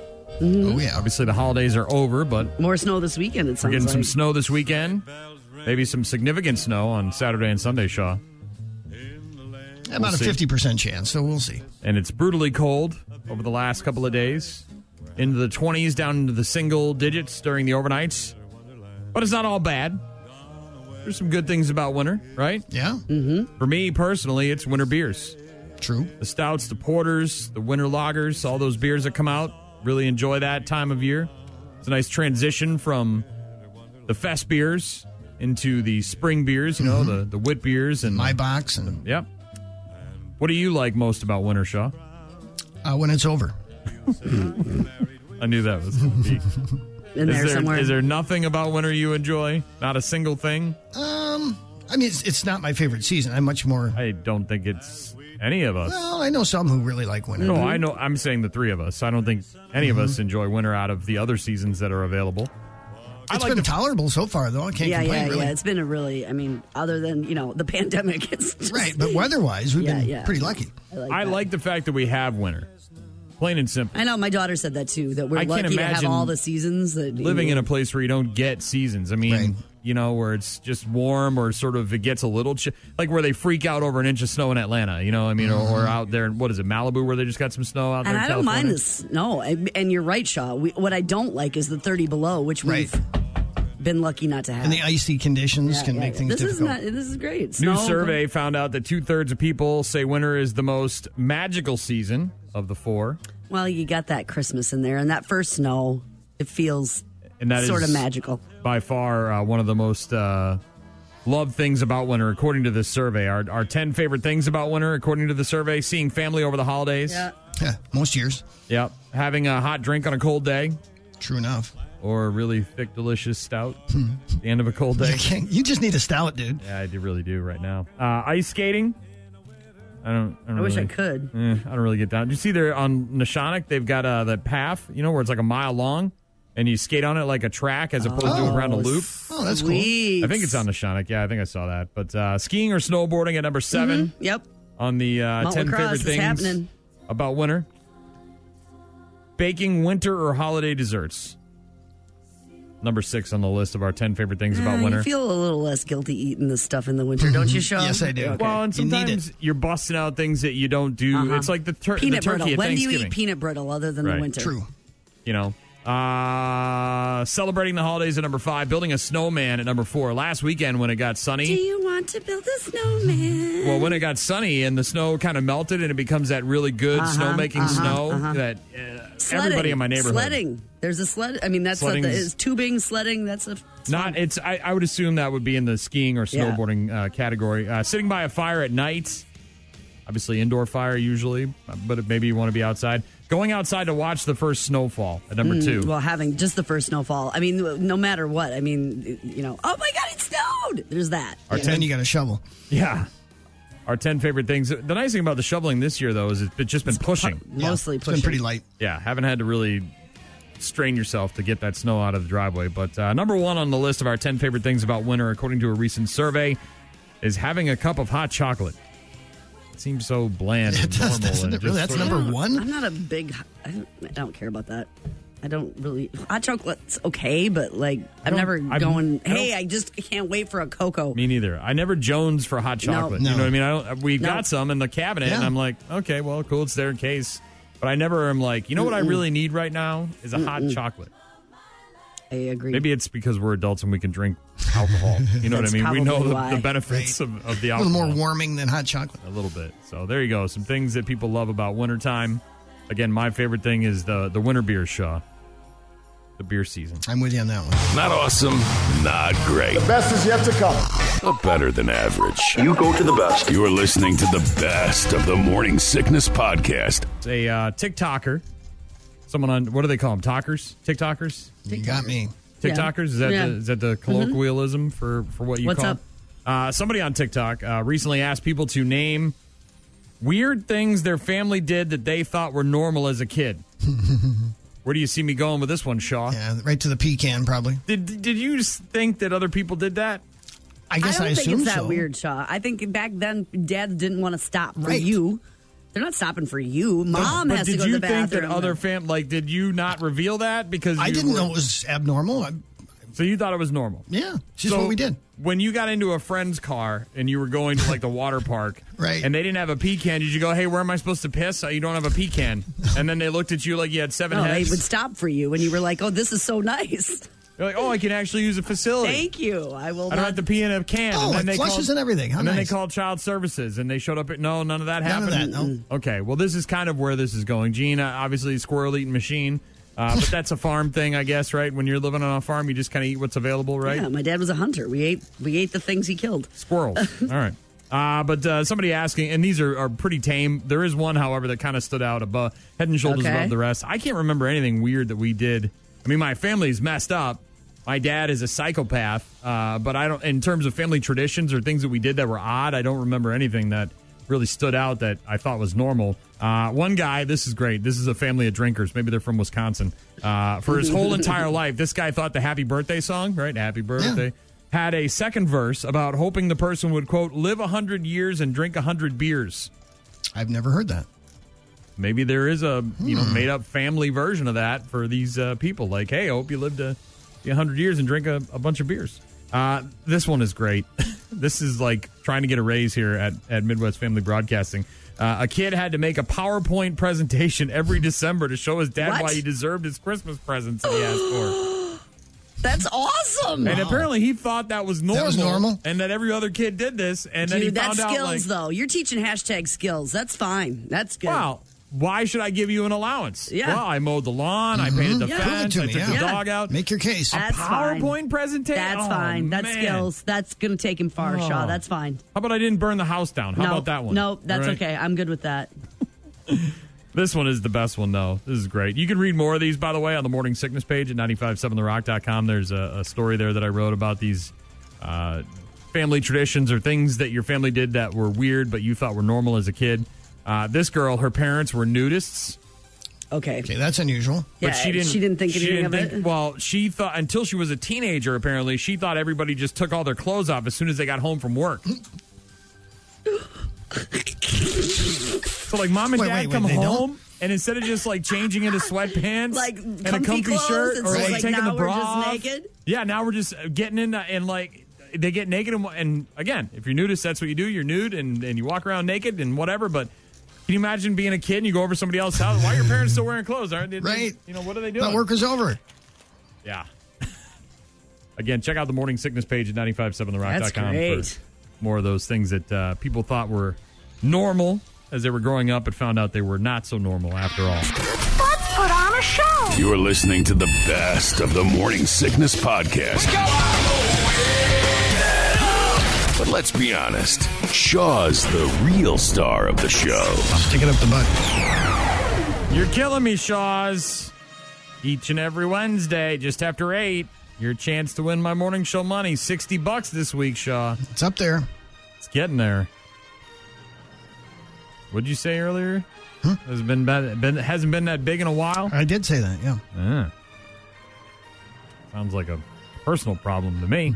Speaker 4: Oh, yeah. Obviously, the holidays are over, but
Speaker 5: More snow this weekend, it
Speaker 4: we're
Speaker 5: sounds
Speaker 4: getting
Speaker 5: like.
Speaker 4: some snow this weekend. Maybe some significant snow on Saturday and Sunday, Shaw.
Speaker 8: About a
Speaker 4: see.
Speaker 8: fifty percent chance, so we'll see.
Speaker 4: and it's brutally cold over the last couple of days into the 20s down into the single digits during the overnights but it's not all bad there's some good things about winter right
Speaker 8: Yeah,
Speaker 5: Mm.
Speaker 4: for me personally it's winter beers
Speaker 8: true.
Speaker 4: the stouts the porters the winter lagers all those beers that come out really enjoy that time of year it's a nice transition from the fest beers into the spring beers you know the, the wit beers and
Speaker 8: Mm-hmm. My box and
Speaker 4: yep what do you like most about winter shaw
Speaker 8: uh, when it's over,
Speaker 4: i knew that was gonna be
Speaker 5: in
Speaker 4: Is
Speaker 5: there,
Speaker 4: there,
Speaker 5: somewhere.
Speaker 4: is there nothing about winter you enjoy? Not a single thing?
Speaker 8: um, I mean, it's, it's not my favorite season. I'm much more.
Speaker 4: I don't think it's any of us.
Speaker 8: Well, I know some who really like winter.
Speaker 4: No, I know. I'm saying the three of us. I don't think any of
Speaker 8: Mm-hmm.
Speaker 4: us enjoy winter out of the other seasons that are available.
Speaker 8: It's been tolerable so far, though. I can't
Speaker 5: yeah,
Speaker 8: complain.
Speaker 5: yeah,
Speaker 8: really.
Speaker 5: yeah. It's been a really, I mean, other than, you know, the pandemic. It's just,
Speaker 8: right, but weather-wise, we've
Speaker 5: Yeah,
Speaker 8: been
Speaker 5: yeah.
Speaker 8: pretty lucky.
Speaker 5: I like
Speaker 4: I
Speaker 5: that.
Speaker 4: like the fact that we have winter, plain and simple.
Speaker 5: I know my daughter said that too. That we're
Speaker 4: I can't
Speaker 5: lucky to have
Speaker 4: imagine
Speaker 5: all the seasons. That
Speaker 4: Living in a place where you don't get seasons. I mean,
Speaker 8: Right.
Speaker 4: you know, where it's just warm or sort of it gets a little chi- like where they freak out over an inch of snow in Atlanta. You know, I mean, or, or out there in what is it, Malibu, where they just got some snow out there. in
Speaker 5: and I don't
Speaker 4: California.
Speaker 5: mind this. No, I, and you're right, Shaw. We, what I don't like is the 30 below, which
Speaker 8: Right,
Speaker 5: we've been lucky not to have.
Speaker 8: and the icy conditions can
Speaker 5: Yeah,
Speaker 8: make
Speaker 5: yeah.
Speaker 8: things
Speaker 5: this
Speaker 8: difficult.
Speaker 5: Is not, this is great.
Speaker 4: New
Speaker 5: Snow-
Speaker 4: survey found out that two thirds of people say winter is the most magical season of the four,
Speaker 5: Well, you got that Christmas in there, and that first snow, it feels
Speaker 4: and that is
Speaker 5: sort of magical.
Speaker 4: by far uh, one of the most uh, loved things about winter, according to this survey. Our our ten favorite things about winter, according to the survey: seeing family over the holidays,
Speaker 8: Yeah, most years,
Speaker 4: yep, having a hot drink on a cold day,
Speaker 8: true enough.
Speaker 4: or a really thick, delicious stout. at the end of a cold
Speaker 8: You,
Speaker 4: day.
Speaker 8: can't, you just need a stout, dude.
Speaker 4: Yeah, I do really do right now. Uh, ice skating. I don't. I, don't
Speaker 5: I wish I
Speaker 4: really-
Speaker 5: could.
Speaker 4: Eh, I don't really get down. Do you see there on Neshonic, they've got uh, the path, you know, where it's like a mile long and you skate on it like a track as opposed to around a loop.
Speaker 8: Oh, that's cool.
Speaker 5: Sweet.
Speaker 4: I think it's on Neshonic. Yeah, I think I saw that. But uh, skiing or snowboarding at number 7
Speaker 5: Yep.
Speaker 4: on the uh,
Speaker 5: Mm-hmm. Mountain
Speaker 4: 10
Speaker 5: lacrosse
Speaker 4: favorite
Speaker 5: is
Speaker 4: things
Speaker 5: happening.
Speaker 4: about winter. Baking winter or holiday desserts. Number six on the list of our 10 favorite things about
Speaker 5: Uh,
Speaker 4: winter.
Speaker 5: You feel a little less guilty eating this stuff in the winter, don't you, Sean?
Speaker 8: Mm-hmm. Yes, I do.
Speaker 5: Okay.
Speaker 4: well, and
Speaker 8: You need it.
Speaker 4: sometimes you're busting out things that you don't do.
Speaker 5: Uh-huh.
Speaker 4: It's like the, tur- the
Speaker 5: peanut
Speaker 4: turkey
Speaker 5: brittle.
Speaker 4: at
Speaker 5: When do
Speaker 4: Thanksgiving.
Speaker 5: you eat peanut brittle other than
Speaker 4: Right.
Speaker 5: the winter?
Speaker 8: True.
Speaker 4: you know. Uh, celebrating the holidays at number five, building a snowman at number four. Last weekend when it got
Speaker 5: Do
Speaker 4: sunny,
Speaker 5: you want to build a snowman?
Speaker 4: well, when it got sunny and the snow kind of melted and it becomes that really good
Speaker 5: Uh-huh,
Speaker 4: snowmaking snow that uh, everybody in my neighborhood.
Speaker 5: Sledding. There's a sled. I mean, that's what the,
Speaker 4: Sledding's-
Speaker 5: is tubing, sledding. That's a
Speaker 4: Not it's. I, I would assume that would be in the skiing or
Speaker 5: Yeah.
Speaker 4: snowboarding uh, category. Uh, sitting by a fire at night, obviously indoor fire usually, but maybe you want to be outside. Going outside to watch the first snowfall at number two.
Speaker 5: Mm, well having just the first snowfall. I mean, no matter what. I mean, you know. Oh my God, it snowed. There's that.
Speaker 8: And then you got a shovel.
Speaker 4: Yeah. Our 10 favorite things. The nice thing about the shoveling this year, though, is it's been- just been pushing.
Speaker 8: Yeah,
Speaker 5: Mostly
Speaker 8: it's
Speaker 5: pushing.
Speaker 8: been pretty light.
Speaker 4: Yeah, haven't had to really strain yourself to get that snow out of the driveway. But uh, number one on the list of our 10 favorite things about winter, according to a recent survey, is having a cup of hot chocolate. It seems so bland.
Speaker 8: It
Speaker 4: and
Speaker 8: does,
Speaker 4: normal
Speaker 8: doesn't
Speaker 4: and
Speaker 8: it? Really?
Speaker 4: just
Speaker 8: That's
Speaker 4: sort of-
Speaker 8: number
Speaker 5: I don't-
Speaker 8: one.
Speaker 5: I'm not a big. I don't, I don't care about that. I don't really hot chocolate's okay, but like I'm
Speaker 4: don't-
Speaker 5: never
Speaker 4: I'm-
Speaker 5: going.
Speaker 4: I don't-
Speaker 5: Hey, I just can't wait for a cocoa.
Speaker 4: Me neither. I never Jones for hot
Speaker 5: No.
Speaker 4: chocolate. You
Speaker 8: No.
Speaker 4: know what I mean? I don't. We've
Speaker 5: No.
Speaker 4: got some in the cabinet, and
Speaker 8: Yeah.
Speaker 4: I'm like, okay, well, cool. It's there in case. But I never am like, you know what I really need right now is a hot chocolate.
Speaker 5: I agree.
Speaker 4: Maybe it's because we're adults and we can drink alcohol. You know what I
Speaker 5: That's
Speaker 4: mean? We know
Speaker 5: probably
Speaker 4: the,
Speaker 5: why.
Speaker 4: the benefits of, of the
Speaker 8: A
Speaker 4: alcohol.
Speaker 8: little more warming than hot chocolate.
Speaker 4: a little bit. So there you go. Some things that people love about wintertime. Again, my favorite thing is the the winter beer Shaw. The beer season.
Speaker 8: I'm with you on that one.
Speaker 2: Not awesome, not great,
Speaker 9: Best is yet to come.
Speaker 2: but better than average.
Speaker 1: You go to the best.
Speaker 2: You're listening to the best of the Morning Sickness Podcast.
Speaker 4: It's a uh, TikToker. Someone on what do they call them? Talkers? TikTokers?
Speaker 8: You got me.
Speaker 4: TikTokers? Is that
Speaker 5: Yeah. Mm-hmm.
Speaker 4: the, is that the colloquialism for for what you
Speaker 5: What's
Speaker 4: call?
Speaker 5: up?
Speaker 4: Uh, somebody on TikTok uh, recently asked people to name weird things their family did that they thought were normal as a kid. Where do you see me going with this one, Shaw?
Speaker 8: Yeah, right to the pecan probably.
Speaker 4: Did did you s- think that other people did that?
Speaker 8: I
Speaker 5: I
Speaker 8: guess I,
Speaker 5: don't think
Speaker 8: assume
Speaker 5: it's that
Speaker 8: so.
Speaker 5: weird, Shaw. I think back then dads didn't want to stop for
Speaker 8: Right.
Speaker 5: you. They're not stopping for you. Mom
Speaker 4: but
Speaker 5: has
Speaker 4: did
Speaker 5: to go
Speaker 4: you
Speaker 5: to the
Speaker 4: think
Speaker 5: bathroom.
Speaker 4: that other fam like did you not reveal that because
Speaker 8: I
Speaker 4: you
Speaker 8: didn't
Speaker 4: were-
Speaker 8: know it was abnormal. I,
Speaker 4: so you thought it was normal
Speaker 8: yeah, it's just
Speaker 4: so
Speaker 8: what we did.
Speaker 4: when you got into a friend's car and you were going to like the water park
Speaker 8: Right.
Speaker 4: and they didn't have a pecan did you go hey where am i supposed to piss Uh, you don't have a pecan and then they looked at you like you had seven
Speaker 5: no, they
Speaker 4: heads
Speaker 5: would stop for you, and you were like, "Oh, this is so nice.
Speaker 4: you're like oh i can actually use a facility
Speaker 5: Thank you. I will."
Speaker 4: I don't
Speaker 5: not-
Speaker 4: have to pee in a can.
Speaker 8: Oh,
Speaker 4: and then
Speaker 8: it
Speaker 4: they
Speaker 8: flushes
Speaker 4: called,
Speaker 8: and everything. How
Speaker 4: and then
Speaker 8: nice.
Speaker 4: they called child services, and they showed up at no, none of that
Speaker 8: None of
Speaker 4: happened.
Speaker 8: that, no. Mm.
Speaker 4: Okay, well, this is kind of where this is going. Gene, uh, obviously, a squirrel eating machine, uh, but that's a farm thing, I guess, right? When you're living on a farm, you just kind of eat what's available, right?
Speaker 5: Yeah, my dad was a hunter. We ate we ate the things he killed.
Speaker 4: Squirrels. All right. Uh, but uh, somebody asking, and these are, are pretty tame. There is one, however, that kind of stood out above, head and shoulders
Speaker 5: Okay.
Speaker 4: above the rest. I can't remember anything weird that we did. I mean, my family's messed up. My dad is a psychopath, uh, but I don't. In terms of family traditions or things that we did that were odd, I don't remember anything that really stood out that I thought was normal. Uh, one guy, this is great. This is a family of drinkers. Maybe they're from Wisconsin. Uh, for his whole entire life, this guy thought the happy birthday song, right? Happy birthday had a second verse about hoping the person would quote live 100 years and drink 100 beers
Speaker 8: I've never heard that.
Speaker 4: maybe there is a you
Speaker 8: Hmm.
Speaker 4: know made up family version of that for these uh, people like hey i hope you live to be 100 years and drink a, a bunch of beers uh, this one is great this is like trying to get a raise here at, at midwest family broadcasting uh, a kid had to make a powerpoint presentation every december to show his dad
Speaker 5: What?
Speaker 4: why he deserved his christmas presents that he asked for
Speaker 5: That's awesome.
Speaker 4: And apparently he thought that was normal.
Speaker 8: That was normal?
Speaker 4: And that every other kid did this. And then he
Speaker 5: Dude,
Speaker 4: found
Speaker 5: that's
Speaker 4: out,
Speaker 5: skills
Speaker 4: like,
Speaker 5: though. You're teaching hashtag skills. That's fine. That's good.
Speaker 4: wow, why should I give you an allowance?
Speaker 5: Yeah. Mm-hmm.
Speaker 4: Well, I mowed the lawn. I painted the
Speaker 5: Yeah. Prove it
Speaker 4: fence.
Speaker 8: to
Speaker 4: I
Speaker 8: me,
Speaker 4: took the
Speaker 8: yeah.
Speaker 4: dog out.
Speaker 8: Make your case.
Speaker 5: That's fine.
Speaker 4: PowerPoint presentation?
Speaker 5: That's
Speaker 4: Oh,
Speaker 5: fine. That's
Speaker 4: man.
Speaker 5: skills. That's gonna take him far, Shaw.
Speaker 4: Oh.
Speaker 5: That's fine.
Speaker 4: How about I didn't burn the house down? How
Speaker 5: no,
Speaker 4: about that one?
Speaker 5: No, that's
Speaker 4: All right.
Speaker 5: okay. I'm good with that.
Speaker 4: This one is the best one, though. This is great. You can read more of these, by the way, on the Morning Sickness page at 957therock.com. There's a, a story there that I wrote about these uh, family traditions or things that your family did that were weird, but you thought were normal as a kid. Uh, this girl, her parents were nudists,
Speaker 5: Okay.
Speaker 8: Okay, that's unusual.
Speaker 5: Yeah,
Speaker 4: but she didn't.
Speaker 5: she didn't think
Speaker 4: she
Speaker 5: anything
Speaker 4: didn't
Speaker 5: of
Speaker 4: think-
Speaker 5: it.
Speaker 4: Well, she thought until she was a teenager. Apparently, she thought everybody just took all their clothes off as soon as they got home from work. so, like, mom and
Speaker 8: Wait,
Speaker 4: dad
Speaker 8: wait, wait,
Speaker 4: come
Speaker 8: they don't?
Speaker 4: home, and instead of just like changing into sweatpants,
Speaker 5: Like,
Speaker 4: and a comfy
Speaker 5: comfy clothes,
Speaker 4: shirt,
Speaker 5: it's
Speaker 4: or
Speaker 5: just
Speaker 4: like,
Speaker 5: like,
Speaker 4: taking
Speaker 5: now
Speaker 4: the
Speaker 5: we're
Speaker 4: bra
Speaker 5: just
Speaker 4: off.
Speaker 5: naked?
Speaker 4: Yeah, now we're just uh, getting in, the, and like they get naked, and, and again, if you're nudist, that's what you do. You're nude, and and you walk around naked and whatever, but. Can you imagine being a kid and you go over to somebody else's house? Why are your parents still wearing clothes? Aren't they?
Speaker 8: Right.
Speaker 4: You know what are they doing?
Speaker 8: That work is over.
Speaker 4: Yeah. Again, check out the morning sickness page at 957therock.com
Speaker 5: That's great.
Speaker 4: for more of those things that uh, people thought were normal as they were growing up but found out they were not so normal after all.
Speaker 10: Let's put on a show.
Speaker 2: You're listening to the best of the Morning Sickness Podcast. But let's be honest, Shaw's the real star of the show.
Speaker 8: Stick it up the butt.
Speaker 4: You're killing me, Shaws. Each and every Wednesday, just after 8, your chance to win my morning show money. 60 bucks this week, Shaw.
Speaker 8: It's up there.
Speaker 4: It's getting there. What'd you say earlier? Has been, bad- been hasn't been that big in a while.
Speaker 8: I did say that. Yeah.
Speaker 4: Yeah. Sounds like a personal problem to me.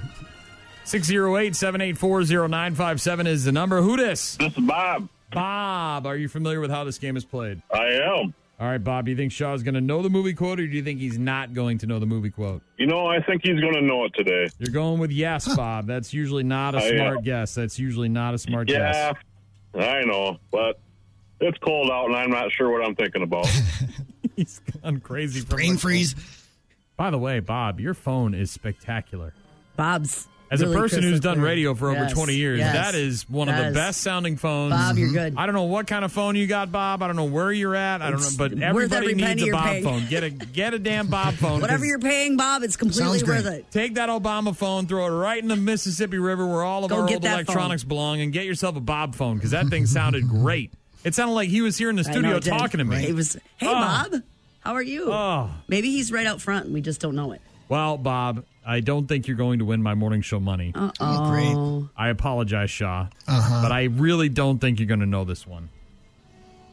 Speaker 4: 608-784-0957 is the number. Who this?
Speaker 11: This is Bob.
Speaker 4: Bob, are you familiar with how this game is played?
Speaker 11: I am.
Speaker 4: All right, Bob, do you think Shaw's going to know the movie quote, or do you think he's not going to know the movie quote?
Speaker 9: You know, I think he's going to know it today.
Speaker 4: You're going with yes, Bob. That's usually not a
Speaker 9: I, uh,
Speaker 4: smart guess. That's usually not a smart
Speaker 9: Yeah,
Speaker 4: guess.
Speaker 9: I know, but it's cold out, and I'm not sure what I'm thinking about.
Speaker 4: He's gone crazy. from
Speaker 8: Brain
Speaker 4: the-
Speaker 8: freeze.
Speaker 4: By the way, Bob, your phone is spectacular.
Speaker 5: Bob's.
Speaker 4: As
Speaker 5: really
Speaker 4: a person who's
Speaker 5: crystal
Speaker 4: done
Speaker 5: clear.
Speaker 4: radio for over
Speaker 5: Yes,
Speaker 4: 20 years,
Speaker 5: yes,
Speaker 4: that is one of
Speaker 5: yes.
Speaker 4: the best sounding phones.
Speaker 5: Bob, you're good.
Speaker 4: I don't know what kind of phone you got, Bob. I don't know where you're at. I don't know,
Speaker 5: It's
Speaker 4: but
Speaker 5: worth
Speaker 4: everybody
Speaker 5: every
Speaker 4: needs
Speaker 5: penny
Speaker 4: a
Speaker 5: you're
Speaker 4: Bob
Speaker 5: paying.
Speaker 4: phone. Get a get a damn Bob phone.
Speaker 5: Whatever
Speaker 4: 'cause
Speaker 5: you're paying, Bob, it's completely
Speaker 8: Sounds
Speaker 5: worth
Speaker 8: great.
Speaker 5: it.
Speaker 4: Take that Obama phone, throw it right in the Mississippi River where all of
Speaker 5: Go
Speaker 4: our
Speaker 5: get
Speaker 4: old
Speaker 5: that
Speaker 4: electronics belong, and get yourself a Bob phone because that thing sounded great. It sounded like he was here in the
Speaker 5: I
Speaker 4: studio
Speaker 5: know it did.
Speaker 4: talking to me.
Speaker 5: It was, hey,
Speaker 4: Oh.
Speaker 5: Bob, how are you?
Speaker 4: Oh.
Speaker 5: Maybe he's right out front and we just don't know it.
Speaker 4: Well, Bob, I don't think you're going to win my morning show money.
Speaker 5: Uh.
Speaker 8: Oh, great.
Speaker 4: I apologize, Shaw, but I really don't think you're going to know this one.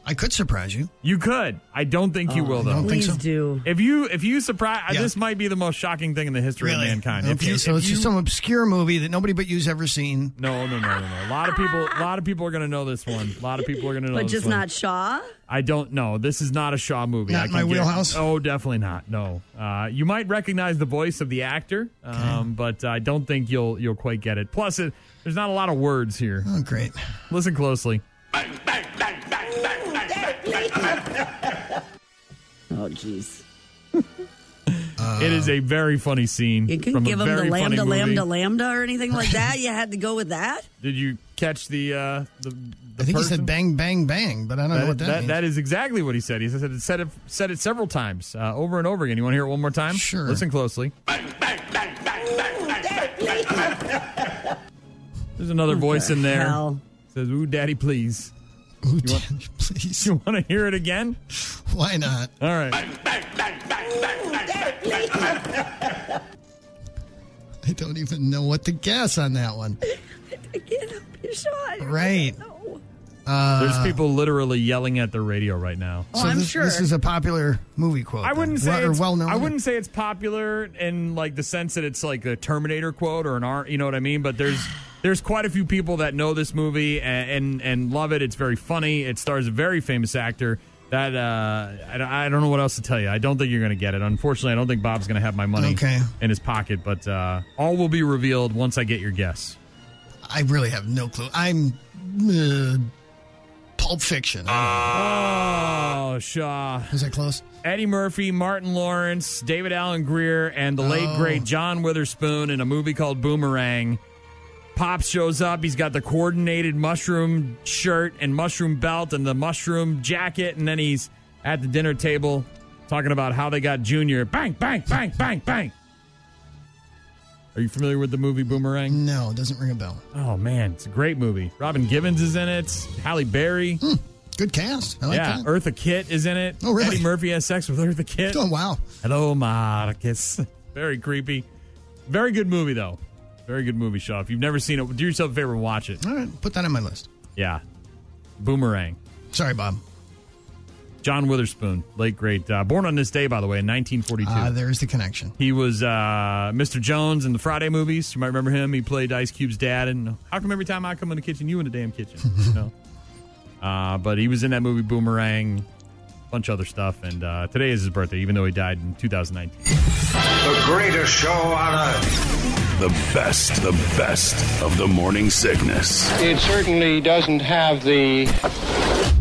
Speaker 8: I could surprise you.
Speaker 4: You could. I don't think
Speaker 5: Oh,
Speaker 4: you will, though.
Speaker 8: don't think
Speaker 5: Please
Speaker 8: so.
Speaker 5: do.
Speaker 4: If you if you surprise,
Speaker 8: Yeah.
Speaker 4: this might be the most shocking thing in the history
Speaker 8: Really?
Speaker 4: of mankind.
Speaker 8: Okay,
Speaker 4: if you,
Speaker 8: so
Speaker 4: if
Speaker 8: it's
Speaker 4: you-
Speaker 8: just some obscure movie that nobody but you's ever seen.
Speaker 4: no, no, no, no, no. A lot of people, a lot of people are going to know this one. A lot of people are going to know.
Speaker 5: But
Speaker 4: this
Speaker 5: just
Speaker 4: one.
Speaker 5: not Shaw?
Speaker 4: I don't know. This is not a Shaw movie.
Speaker 8: Not
Speaker 4: I
Speaker 8: in
Speaker 4: can
Speaker 8: my
Speaker 4: get-
Speaker 8: wheelhouse?
Speaker 4: Oh, definitely not. No. Uh, you might recognize the voice of the actor, um, but I don't think you'll you'll quite get it. Plus, it, there's not a lot of words here.
Speaker 8: Oh, great.
Speaker 4: Listen closely.
Speaker 5: Oh, jeez.
Speaker 4: it is
Speaker 8: Uh.
Speaker 4: a very funny scene.
Speaker 5: You
Speaker 4: from
Speaker 5: couldn't
Speaker 4: a
Speaker 5: give him the
Speaker 4: very funny
Speaker 5: lambda,
Speaker 4: movie.
Speaker 5: lambda, lambda or anything like that. You had to go with that?
Speaker 4: Did you catch the uh, the? the
Speaker 8: I think
Speaker 4: person?
Speaker 8: he said bang, bang, bang, but I don't know
Speaker 4: That,
Speaker 8: what that,
Speaker 4: that-
Speaker 8: means.
Speaker 4: that is exactly what he said. He said it, said it, said it several times, uh, over and over again. You want to hear it one more time?
Speaker 8: Sure.
Speaker 4: Listen closely. There's another voice in there.
Speaker 5: Hell.
Speaker 4: Says, "Ooh, daddy, please."
Speaker 8: Ooh, Daddy, please.
Speaker 4: You want to hear it again?
Speaker 8: Why not?
Speaker 4: All right.
Speaker 8: I don't even know what to guess on that one.
Speaker 5: I can't help you, Shaw.
Speaker 8: Right.
Speaker 5: No.
Speaker 8: Uh,
Speaker 4: There's people literally yelling at the radio right now.
Speaker 5: Oh, I'm
Speaker 8: this,
Speaker 5: sure.
Speaker 8: This is a popular movie quote.
Speaker 4: I wouldn't
Speaker 8: then,
Speaker 4: say
Speaker 8: or
Speaker 4: it's,
Speaker 8: well known.
Speaker 4: I wouldn't say it's popular in like the sense that it's like a Terminator quote or an R. You know what I mean? But there's there's quite a few people that know this movie and and, and love it. It's very funny. It stars a very famous actor. That uh, I, don't- I don't know what else to tell you. I don't think you're going to get it. Unfortunately, I don't think Bob's going to have my money
Speaker 8: Okay.
Speaker 4: in his pocket. But uh, all will be revealed once I get your guess.
Speaker 8: I really have no clue. I'm uh, Pulp Fiction.
Speaker 4: Ah. Oh, Shaw.
Speaker 8: Is that close?
Speaker 4: Eddie Murphy, Martin Lawrence, David Allen Greer, and the late
Speaker 8: Oh.
Speaker 4: great John Witherspoon in a movie called Boomerang. Pop shows up. He's got the coordinated mushroom shirt and mushroom belt and the mushroom jacket, and then he's at the dinner table talking about how they got Junior. Bang, bang, bang, bang, bang. Are you familiar with the movie Boomerang?
Speaker 8: No, it doesn't ring a bell.
Speaker 4: Oh man, it's a great movie. Robin Givens is in it. Halle Berry.
Speaker 8: Good cast. Hmm, I like
Speaker 4: yeah,
Speaker 8: that.
Speaker 4: Eartha Kitt is in it.
Speaker 8: Oh, really?
Speaker 4: Eddie Murphy has sex with Eartha Kitt.
Speaker 8: oh, wow.
Speaker 4: Hello, Marcus. Very creepy. Very good movie, though. Very good movie, Shaw. If you've never seen it, do yourself a favor and watch it.
Speaker 8: All right, put that on my list.
Speaker 4: Yeah. Boomerang.
Speaker 8: Sorry, Bob.
Speaker 4: John Witherspoon, late great. Uh, born on this day, by the way, in 1942.
Speaker 8: Uh, there's the connection.
Speaker 4: he was uh, Mr. Jones in the Friday movies. You might remember him. He played Ice Cube's dad. And how come every time I come in the kitchen, you in the damn kitchen? you know? Uh, but he was in that movie Boomerang, bunch of other stuff. And uh, today is his birthday, even though he died in 2019.
Speaker 3: The greatest show on earth.
Speaker 2: The best, the best of the morning sickness.
Speaker 6: It certainly doesn't have the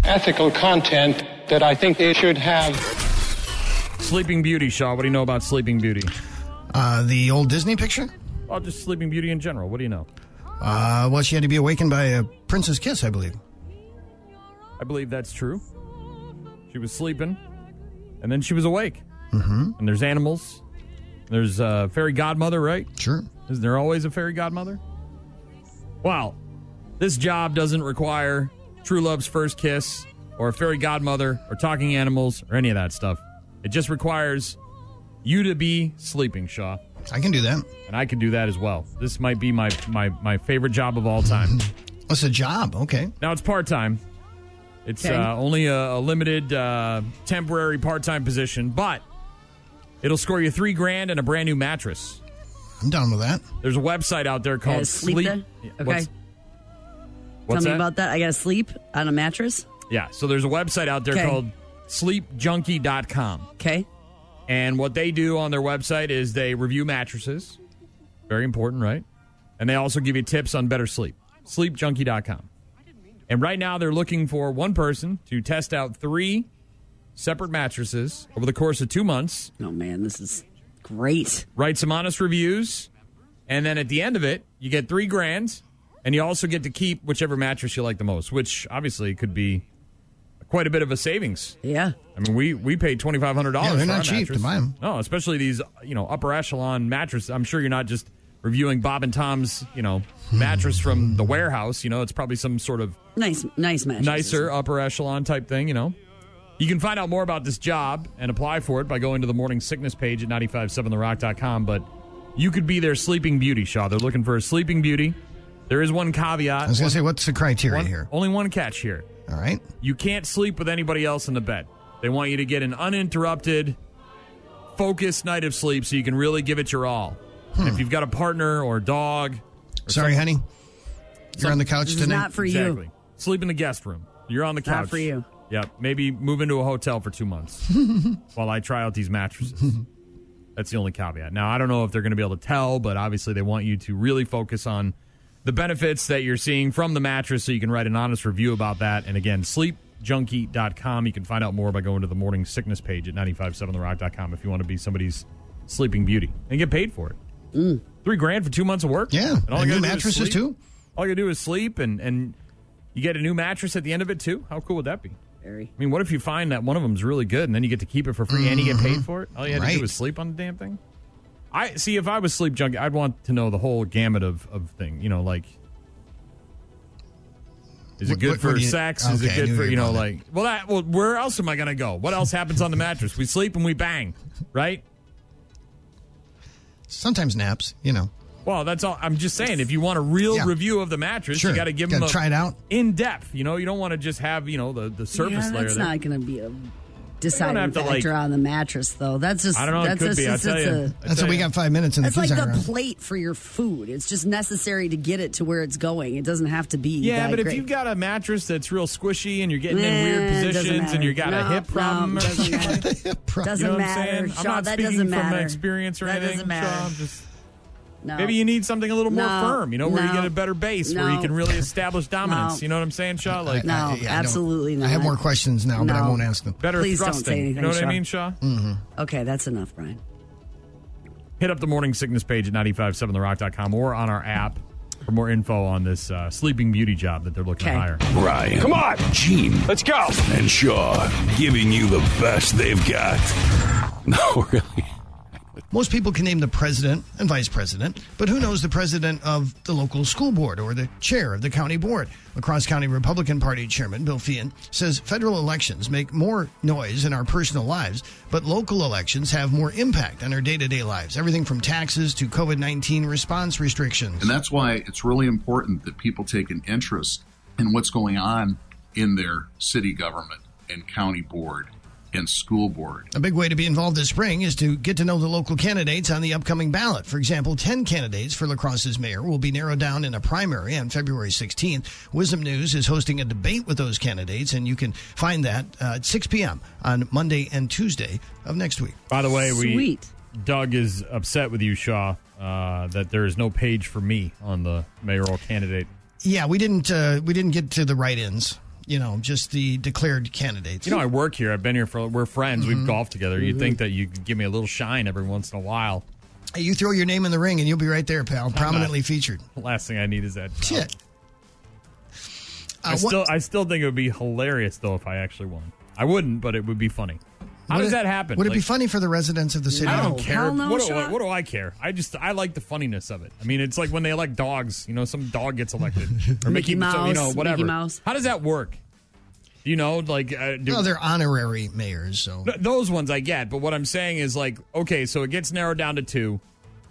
Speaker 6: ethical content that I think it should have.
Speaker 4: Sleeping Beauty, Shaw. What do you know about Sleeping Beauty?
Speaker 8: Uh, the old Disney picture?
Speaker 4: Well, Oh, just Sleeping Beauty in general. What do you know?
Speaker 8: Uh, well, she had to be awakened by a prince's kiss, I believe.
Speaker 4: I believe that's true. She was sleeping, and then she was awake. Mm-hmm. And there's animals. There's a fairy godmother, right?
Speaker 8: Sure.
Speaker 4: Isn't there always a fairy godmother? Wow. This job doesn't require true love's first kiss or a fairy godmother or talking animals or any of that stuff. It just requires you to be sleeping, Shaw.
Speaker 8: I can do that.
Speaker 4: And I could do that as well. This might be my, my, my favorite job of all time.
Speaker 8: That's a job. Okay.
Speaker 4: Now it's part time. It's
Speaker 5: Okay.
Speaker 4: uh, only a, a limited uh, temporary part time position, but it'll score you three grand and a brand new mattress.
Speaker 8: I'm down with that.
Speaker 4: There's a website out there
Speaker 5: Gotta
Speaker 4: called
Speaker 5: sleep then?
Speaker 4: Yeah,
Speaker 5: Okay.
Speaker 4: What's, what's
Speaker 5: Tell me
Speaker 4: that?
Speaker 5: about that. I got to sleep on a mattress.
Speaker 4: Yeah. So there's a website out there
Speaker 5: Okay.
Speaker 4: called sleepjunkie.com.
Speaker 5: Okay.
Speaker 4: And what they do on their website is they review mattresses. Very important, right? And they also give you tips on better sleep. Sleepjunkie.com. And right now they're looking for one person to test out three separate mattresses over the course of two months,
Speaker 5: Oh man, this is great.
Speaker 4: write some honest reviews, and then at the end of it, you get three grand, and you also get to keep whichever mattress you like the most, which obviously could be quite a bit of a savings.
Speaker 5: Yeah.
Speaker 4: I mean, we we paid twenty five hundred dollars.
Speaker 8: Yeah, they're not cheap to buy 'em.
Speaker 4: No, especially these you know upper echelon mattresses. I'm sure you're not just reviewing Bob and Tom's you know
Speaker 8: Hmm.
Speaker 4: mattress from the warehouse. You know, it's probably some sort of
Speaker 5: Nice nice match.
Speaker 4: nicer upper echelon type thing. You know, you can find out more about this job and apply for it by going to the morning sickness page at 957therock.com. But you could be their sleeping beauty, Shaw. They're looking for a sleeping beauty. There is one
Speaker 8: I
Speaker 4: caveat.
Speaker 8: was going to say, what's the criteria
Speaker 4: One-
Speaker 8: here?
Speaker 4: Only one catch here
Speaker 8: All right.
Speaker 4: you can't sleep with anybody else in the bed. They want you to get an uninterrupted, focused night of sleep so you can really give it your all. And If you've got a partner or a dog,
Speaker 8: Sorry, honey. You're on the couch
Speaker 5: This is
Speaker 8: tonight.
Speaker 5: not for
Speaker 4: exactly.
Speaker 5: you.
Speaker 4: Sleep in the guest room. You're on the couch.
Speaker 5: Not for you.
Speaker 4: Yep. Maybe move into a hotel for two months while I try out these mattresses. That's the only caveat. Now I don't know if they're going to be able to tell, but obviously they want you to really focus on the benefits that you're seeing from the mattress, so you can write an honest review about that. And again, sleepjunkie.com. You can find out more by going to the morning sickness page at 957therock.com if you want to be somebody's sleeping beauty and get paid for it. Three grand for two months of work.
Speaker 8: Mm. Yeah,
Speaker 4: and all you gotta
Speaker 8: and new
Speaker 4: do is
Speaker 8: mattresses,
Speaker 4: sleep.
Speaker 8: too?
Speaker 4: All you gotta do is sleep, and and you get a new mattress at the end of it too. How cool would that be?
Speaker 5: Very.
Speaker 4: I mean, what if you find that one of them's really good, and then you get to keep it for free, and you get paid for it? All you had to do
Speaker 8: Mm-hmm. Right.
Speaker 4: was sleep on the damn thing. I see. If I was sleep junkie, I'd want to know the whole gamut of of thing. You know, like is it
Speaker 8: What-
Speaker 4: good
Speaker 8: what-
Speaker 4: for
Speaker 8: what do you-
Speaker 4: sex? is
Speaker 8: okay,
Speaker 4: it
Speaker 8: I
Speaker 4: good
Speaker 8: knew
Speaker 4: for
Speaker 8: you
Speaker 4: you
Speaker 8: were
Speaker 4: know,
Speaker 8: going
Speaker 4: like well, that well, where else am I gonna go? What else happens on the mattress? We sleep and we bang, right?
Speaker 8: Sometimes naps, you know.
Speaker 4: Well, that's all. I'm just saying, if you want a real
Speaker 8: Yeah.
Speaker 4: review of the mattress,
Speaker 8: Sure.
Speaker 4: you got to give
Speaker 8: Gotta
Speaker 4: them a,
Speaker 8: try it out.
Speaker 4: in depth. You know, you don't want to just have you know the the surface
Speaker 5: yeah,
Speaker 4: layer.
Speaker 5: that's
Speaker 4: there.
Speaker 5: not going to be a deciding
Speaker 4: have to,
Speaker 5: factor
Speaker 4: like-
Speaker 5: on the mattress, though. That's just
Speaker 4: I don't know. It
Speaker 5: That's
Speaker 4: could
Speaker 5: just,
Speaker 4: be. I
Speaker 5: it's-
Speaker 4: tell
Speaker 5: it's
Speaker 4: you.
Speaker 5: a-
Speaker 4: I
Speaker 8: That's
Speaker 4: tell
Speaker 8: what we
Speaker 4: you.
Speaker 8: got five minutes in the
Speaker 5: It's like
Speaker 8: food
Speaker 5: the
Speaker 8: around.
Speaker 5: plate for your food. It's just necessary to get it to where it's going. It doesn't have to be.
Speaker 4: Yeah,
Speaker 5: that
Speaker 4: but if
Speaker 5: great.
Speaker 4: you've got a mattress that's real squishy and you're getting in
Speaker 5: Eh,
Speaker 4: weird
Speaker 5: doesn't
Speaker 4: positions and
Speaker 5: matter.
Speaker 4: you got a
Speaker 5: No,
Speaker 4: hip
Speaker 5: no,
Speaker 4: problem, or,
Speaker 5: doesn't
Speaker 4: you
Speaker 5: matter. Doesn't
Speaker 4: know what I'm
Speaker 5: matter.
Speaker 4: saying? I'm
Speaker 5: Shaw,
Speaker 4: not
Speaker 5: that
Speaker 4: speaking
Speaker 5: doesn't
Speaker 4: from
Speaker 5: matter.
Speaker 4: experience or
Speaker 5: that
Speaker 4: anything.
Speaker 5: Doesn't matter.
Speaker 4: Shaw, I'm just-
Speaker 5: No.
Speaker 4: maybe you need something a little more
Speaker 5: No.
Speaker 4: firm. You know, where you
Speaker 5: No.
Speaker 4: get a better base, where you
Speaker 5: No.
Speaker 4: can really establish dominance.
Speaker 5: No.
Speaker 4: You know what I'm saying, Shaw? Like
Speaker 5: No,
Speaker 8: I- I don't-
Speaker 5: absolutely not.
Speaker 8: I have more questions now, but I
Speaker 5: No.
Speaker 8: won't ask them.
Speaker 4: better
Speaker 5: Please don't say
Speaker 4: thrusting. you
Speaker 5: anything,
Speaker 4: know what I
Speaker 5: Shaw.
Speaker 4: mean, Shaw?
Speaker 5: Okay, that's enough, Brian.
Speaker 4: hit up the morning sickness page at 957therock.com or on our app for more info on this uh, sleeping beauty job that they're looking to
Speaker 5: Okay.
Speaker 4: hire.
Speaker 2: Ryan. Come on. Gene. Let's go. And Shaw giving you the best they've got. No, really.
Speaker 8: Most people can name the president and vice president, but who knows the president of the local school board or the chair of the county board? Lacrosse County Republican Party Chairman Bill Feehan says federal elections make more noise in our personal lives, but local elections have more impact on our day to day lives, everything from taxes to COVID 19 response restrictions.
Speaker 11: And that's why it's really important that people take an interest in what's going on in their city government and county board and school board.
Speaker 8: A big way to be involved this spring is to get to know the local candidates on the upcoming ballot. For example, 10 candidates for Lacrosse's mayor will be narrowed down in a primary on February 16th. Wisdom News is hosting a debate with those candidates, and you can find that uh, at 6 p.m. on Monday and Tuesday of next week.
Speaker 4: By the way, we
Speaker 5: Sweet.
Speaker 4: Doug is upset with you, Shaw, uh, that there is no page for me on the mayoral candidate.
Speaker 8: Yeah, we didn't uh, we didn't get to the write-ins, you know, just the declared candidates.
Speaker 4: You know, I work here. I've been here for we're friends. We've golfed together. You'd think that you could give me a little shine every once in a while.
Speaker 8: Hey, you throw your name in the ring, and you'll be right there, pal, prominently featured.
Speaker 4: The last thing I need is that. job.
Speaker 8: Shit.
Speaker 4: I
Speaker 8: Uh, what-
Speaker 4: still I still think it would be hilarious though if I actually won. I wouldn't, but it would be funny. How does that happen?
Speaker 8: Would it be
Speaker 4: Like-
Speaker 8: funny for the residents of the city?
Speaker 4: I
Speaker 8: to
Speaker 4: don't
Speaker 8: know?
Speaker 4: care.
Speaker 5: Hell no,
Speaker 4: what, do,
Speaker 5: Sean.
Speaker 4: what do I care? I just I like the funniness of it. I mean, it's like when they elect dogs. You know, some dog gets elected or Mickey,
Speaker 5: Mickey
Speaker 4: so, you know
Speaker 5: Mouse,
Speaker 4: whatever.
Speaker 5: Mickey Mouse.
Speaker 4: How does that work? You know, like uh, do,
Speaker 8: No, they're honorary mayors, so
Speaker 4: Th- those ones I get. But what I'm saying is like, okay, so it gets narrowed down to two.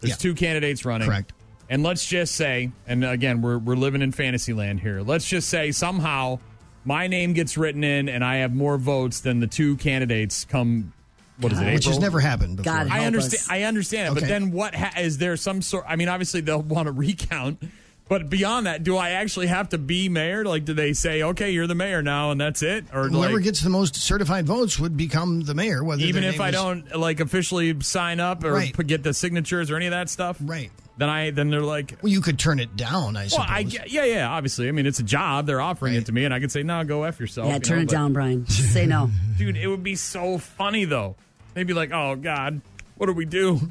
Speaker 4: There's
Speaker 8: Yeah.
Speaker 4: two candidates running.
Speaker 8: Correct.
Speaker 4: And let's just say, and again, we're we're living in fantasy land here. Let's just say somehow my name gets written in, and I have more votes than the two candidates. Come, what is it?
Speaker 8: which has
Speaker 4: April?
Speaker 8: never happened before.
Speaker 5: Got it.
Speaker 4: I
Speaker 5: help
Speaker 4: understand.
Speaker 5: us.
Speaker 4: I understand. it, But
Speaker 8: Okay.
Speaker 4: then, what ha- is there some sort? I mean, obviously they'll want to recount, But beyond that, do I actually have to be mayor? Like, do they say, okay, you're the mayor now, and that's it? Or
Speaker 8: Whoever
Speaker 4: like,
Speaker 8: gets the most certified votes would become the mayor. Whether
Speaker 4: even
Speaker 8: their
Speaker 4: if
Speaker 8: name
Speaker 4: I
Speaker 8: is-
Speaker 4: don't like officially sign up or
Speaker 8: Right.
Speaker 4: p- get the signatures or any of that stuff,
Speaker 8: right?
Speaker 4: Then I then they're like,
Speaker 8: well, you could turn it down. I
Speaker 4: well, I
Speaker 8: suppose.
Speaker 4: ge- yeah, yeah, obviously. I mean, it's a job. They're offering it to me, and I could say, no, go f yourself.
Speaker 5: yeah,
Speaker 4: you
Speaker 5: turn
Speaker 4: know,
Speaker 5: it
Speaker 4: but-
Speaker 5: down, Brian. Just say no.
Speaker 4: dude. It would be so funny though. They'd be like, oh god, what do we do?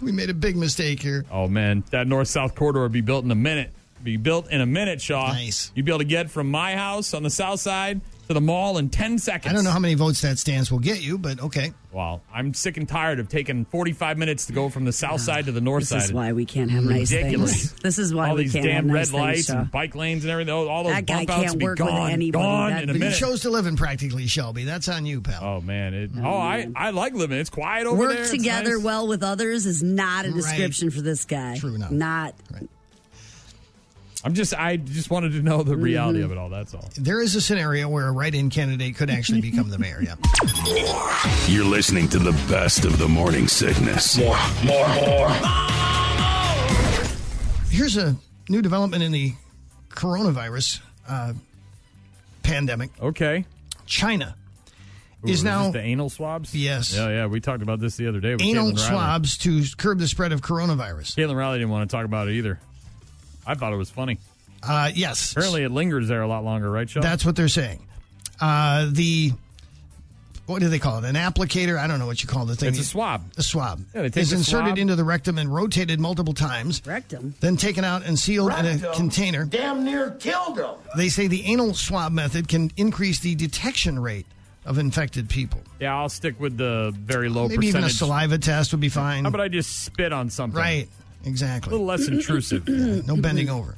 Speaker 8: we made a big mistake here.
Speaker 4: Oh man, that north south corridor would be built in a minute. Be built in a minute, Shaw. Nice. You'd be able to get from my house on the south side to the mall in ten seconds.
Speaker 8: I don't know how many votes that stance will get you, but okay.
Speaker 4: Wow, I'm sick and tired of taking 45 minutes to go from the south side to the north side.
Speaker 5: This is why we can't have nice
Speaker 4: Ridiculous.
Speaker 5: things. This is why
Speaker 4: all
Speaker 5: we
Speaker 4: these
Speaker 5: can't have
Speaker 4: damn
Speaker 5: nice
Speaker 4: red lights
Speaker 5: things, Shaw.
Speaker 4: and bike lanes and everything. All all those
Speaker 5: That guy
Speaker 4: bump outs
Speaker 5: can't
Speaker 4: would be
Speaker 5: work with
Speaker 4: gone,
Speaker 5: anybody.
Speaker 4: gone
Speaker 5: That-
Speaker 4: in a
Speaker 8: But you
Speaker 4: minute.
Speaker 8: chose to live in practically Shelby. That's on you, pal.
Speaker 4: oh man, it, oh I I like living. It's quiet over
Speaker 5: Work
Speaker 4: there. It's
Speaker 5: together
Speaker 4: nice.
Speaker 5: well with others is not a
Speaker 8: Right.
Speaker 5: description for this guy. True
Speaker 8: enough.
Speaker 5: Not
Speaker 4: I'm just I just wanted to know the reality
Speaker 5: Mm-hmm.
Speaker 4: of
Speaker 8: Mhm.
Speaker 4: it all. That's all.
Speaker 8: There is a scenario where a write-in candidate could actually become the mayor. Yeah.
Speaker 2: You're listening to the best of the morning sickness. More, more, more.
Speaker 8: Here's a new development in the coronavirus uh, pandemic.
Speaker 4: Okay.
Speaker 8: China
Speaker 4: Ooh, this
Speaker 8: is now
Speaker 4: the anal swabs.
Speaker 8: Yes.
Speaker 4: Yeah, yeah. We talked about this the other day. With
Speaker 8: anal
Speaker 4: Caitlin Riley.
Speaker 8: swabs to curb the spread of coronavirus.
Speaker 4: Caitlin Riley didn't want to talk about it either. I thought it was funny.
Speaker 8: Uh, yes.
Speaker 4: Apparently, it lingers there a lot longer, right, Sean?
Speaker 8: That's what they're saying. Uh, the what do they call it? An applicator? I don't know what you call the thing.
Speaker 4: It's a swab.
Speaker 8: A swab
Speaker 4: Yeah, they take
Speaker 8: is
Speaker 4: the
Speaker 8: inserted
Speaker 4: swab.
Speaker 8: into the rectum and rotated multiple times.
Speaker 5: Rectum.
Speaker 8: Then taken out and sealed in a container.
Speaker 12: Damn near killed him.
Speaker 8: They say the anal swab method can increase the detection rate of infected people.
Speaker 4: Yeah, I'll stick with the very low
Speaker 8: Maybe even a
Speaker 4: percentage.
Speaker 8: saliva test would be fine.
Speaker 4: How about I just spit on something?
Speaker 8: Right.
Speaker 4: A
Speaker 8: Exactly.
Speaker 4: little less intrusive.
Speaker 8: no
Speaker 4: Mm-hmm.
Speaker 8: bending over.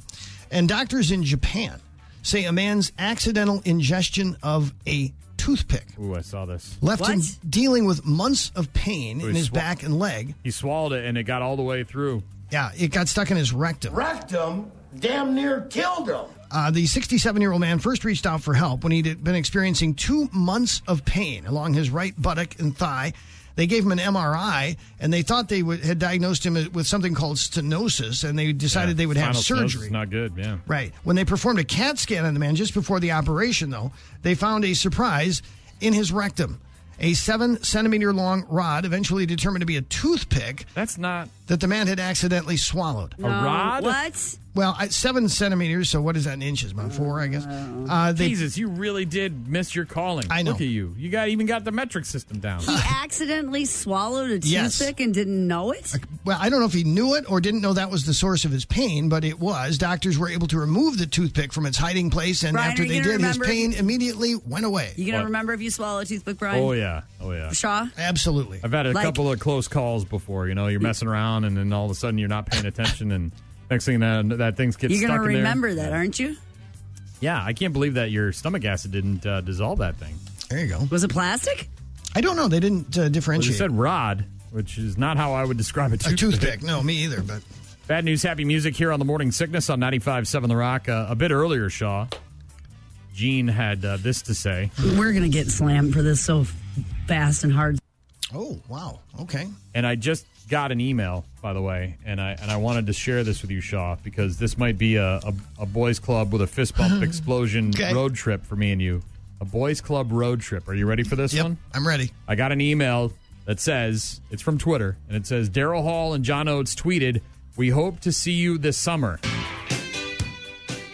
Speaker 8: And doctors in Japan say a man's accidental ingestion of a toothpick
Speaker 4: Ooh, I saw this.
Speaker 8: left him dealing with months of pain
Speaker 4: So
Speaker 8: in
Speaker 4: he
Speaker 8: his
Speaker 4: swa-
Speaker 8: back and leg.
Speaker 4: He swallowed it and it got all the way through.
Speaker 8: Yeah, it got stuck in his rectum.
Speaker 12: Wrecked him. Damn near killed him.
Speaker 8: Uh, the 67 year old man first reached out for help when he'd been experiencing two months of pain along his right buttock and thigh. They gave him an MRI, and they thought they would, had diagnosed him with something called stenosis, and they decided they would have
Speaker 4: Final stenosis
Speaker 8: surgery.
Speaker 4: is Not good, yeah.
Speaker 8: Right. When they performed a CAT scan on the man just before the operation, though, they found a surprise in his rectum. A seven centimeter long rod, eventually determined to be a toothpick
Speaker 4: That's not
Speaker 8: that the man had accidentally swallowed.
Speaker 4: A No, rod? what?
Speaker 8: Well, I- seven centimeters, so what is that in inches? About four, I guess. Uh, they,
Speaker 4: Jesus, you really did miss your calling.
Speaker 8: I know.
Speaker 4: Look at you. You got even got the metric system down.
Speaker 5: he accidentally swallowed a
Speaker 8: Yes.
Speaker 5: toothpick and didn't know it.
Speaker 8: Well, I don't know if he knew it or didn't know that was the source of his pain, but it was. Doctors were able to remove the toothpick from its hiding place, and
Speaker 5: Brian,
Speaker 8: after
Speaker 5: are you
Speaker 8: they
Speaker 5: gonna
Speaker 8: did, his
Speaker 5: remember-
Speaker 8: pain immediately went away.
Speaker 5: You gonna remember if you swallow a toothpick, Brian?
Speaker 4: Oh yeah. Oh yeah.
Speaker 5: Shaw.
Speaker 8: Absolutely.
Speaker 4: I've had a
Speaker 5: Like-
Speaker 4: couple of close calls before. You know, you're messing around and then all of a sudden you're not paying attention and next thing that that thing's gets
Speaker 5: You're
Speaker 4: stuck
Speaker 5: gonna
Speaker 4: in there.
Speaker 5: remember that, aren't you?
Speaker 4: Yeah, I can't believe that your stomach acid didn't uh, dissolve that thing.
Speaker 8: There you go.
Speaker 5: Was it plastic?
Speaker 8: I don't know. They didn't uh,
Speaker 4: Well, you
Speaker 8: differentiate.
Speaker 4: said rod, which is not how I would describe a
Speaker 8: a
Speaker 4: toothpick.
Speaker 8: toothpick. No, me either, but.
Speaker 4: Bad news, happy music here on the Morning Sickness on 95.7 The Rock. Uh, a bit earlier, Shaw, Gene had uh, this to say.
Speaker 5: We're gonna get slammed for this so fast and hard.
Speaker 8: Oh wow! Okay.
Speaker 4: And I just got an email, by the way, and I and I wanted to share this with you, Shaw, because this might be a, a, a boys' club with a fist bump explosion
Speaker 8: Okay.
Speaker 4: road trip for me and you. A boys' club road trip. Are you ready for this one?
Speaker 8: I'm ready.
Speaker 4: I got an email that says it's from Twitter, and it says Daryl Hall and John Oates tweeted, "We hope to see you this summer."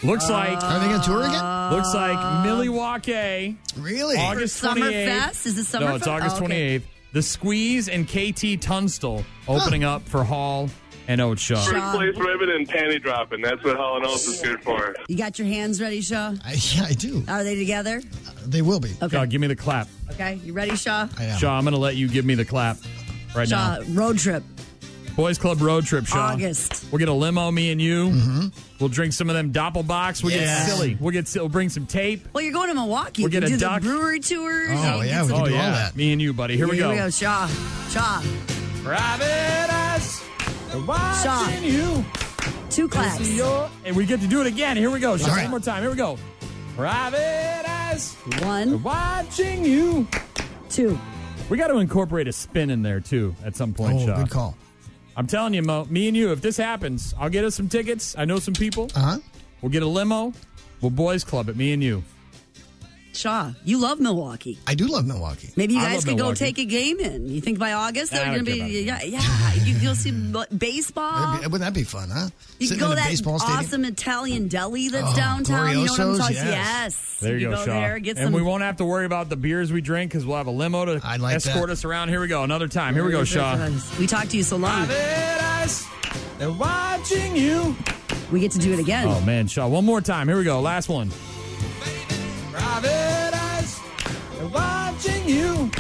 Speaker 4: Looks like
Speaker 8: Are they going to tour
Speaker 5: Uh,
Speaker 8: again?
Speaker 4: Looks like Milwaukee.
Speaker 8: Really?
Speaker 4: August
Speaker 5: For
Speaker 4: twenty eighth.
Speaker 5: Summerfest? Is it
Speaker 4: No, it's
Speaker 5: Summerfest?
Speaker 4: August
Speaker 5: Oh,
Speaker 4: twenty
Speaker 5: okay.
Speaker 4: eighth. The Squeeze and KT Tunstall opening up for Hall and Oatshaw.
Speaker 5: Sure.
Speaker 13: Place ribbon and panty dropping. That's what Hall and Oates is good for.
Speaker 5: You got your hands ready, Shaw?
Speaker 8: I, yeah, I do. Uh,
Speaker 5: Are they together?
Speaker 8: They will be.
Speaker 5: Okay.
Speaker 4: Shaw, give me the clap.
Speaker 5: Okay. You ready, Shaw? I
Speaker 4: Shaw, I'm going to let you give me the clap right
Speaker 5: Shaw,
Speaker 4: now.
Speaker 5: road trip.
Speaker 4: Boys Club road trip, Shaw.
Speaker 5: August.
Speaker 4: We'll get a limo, me and you.
Speaker 8: Mm-hmm.
Speaker 4: We'll drink some of them Doppelbox. We'll
Speaker 8: Yes.
Speaker 4: get silly. We'll get silly. We'll bring some tape.
Speaker 5: Well, you're going to Milwaukee.
Speaker 4: We'll
Speaker 5: You
Speaker 4: get
Speaker 5: can
Speaker 4: a
Speaker 5: do
Speaker 4: duck.
Speaker 5: the brewery tours.
Speaker 8: Oh, yeah, we can
Speaker 4: oh,
Speaker 8: do
Speaker 4: yeah.
Speaker 8: all that.
Speaker 4: Me and you, buddy. Here we
Speaker 5: Here
Speaker 4: go.
Speaker 5: we go, Shaw. Shaw.
Speaker 4: Private eyes are watching you.
Speaker 5: Two claps.
Speaker 4: This is your- and we get to do it again. Here we go. Shaw.
Speaker 5: All right.
Speaker 4: One more time. Here we go. Private eyes are
Speaker 5: One,
Speaker 4: watching you.
Speaker 5: two.
Speaker 4: We got to incorporate a spin in there too at some point.
Speaker 8: Oh,
Speaker 4: Shaw.
Speaker 8: good call.
Speaker 4: I'm telling you, Mo, me and you, if this happens, I'll get us some tickets. I know some people. Uh huh. We'll get a limo. We'll boys club it, me and you.
Speaker 5: Shaw, you love Milwaukee.
Speaker 8: I do love Milwaukee.
Speaker 5: Maybe you
Speaker 4: I
Speaker 5: guys
Speaker 4: love
Speaker 5: could go
Speaker 4: Milwaukee.
Speaker 5: take a game in. You think by August they're
Speaker 8: I
Speaker 5: going
Speaker 8: don't
Speaker 5: to
Speaker 8: care
Speaker 5: be? Yeah, yeah. You, you'll see b- baseball.
Speaker 8: That'd be- wouldn't that be fun, huh?
Speaker 5: You
Speaker 8: Sitting
Speaker 5: can go
Speaker 8: in a
Speaker 5: that
Speaker 8: baseball stadium.
Speaker 5: awesome Italian deli that's downtown. You know what I'm
Speaker 8: Glorioso's?
Speaker 5: talking?
Speaker 8: Yes.
Speaker 5: Yes.
Speaker 4: There you, go, Shaw.
Speaker 5: there, get
Speaker 4: and
Speaker 5: some.
Speaker 4: we won't have to worry about the beers we drink because we'll have a limo to escort us around. Here we go, another time. Here we go, Shaw.
Speaker 5: We talked to you so long.
Speaker 4: They're watching you.
Speaker 5: We get to do it again.
Speaker 4: Oh man, Shaw, one more time. Here we go, last one. Private eyes are watching you.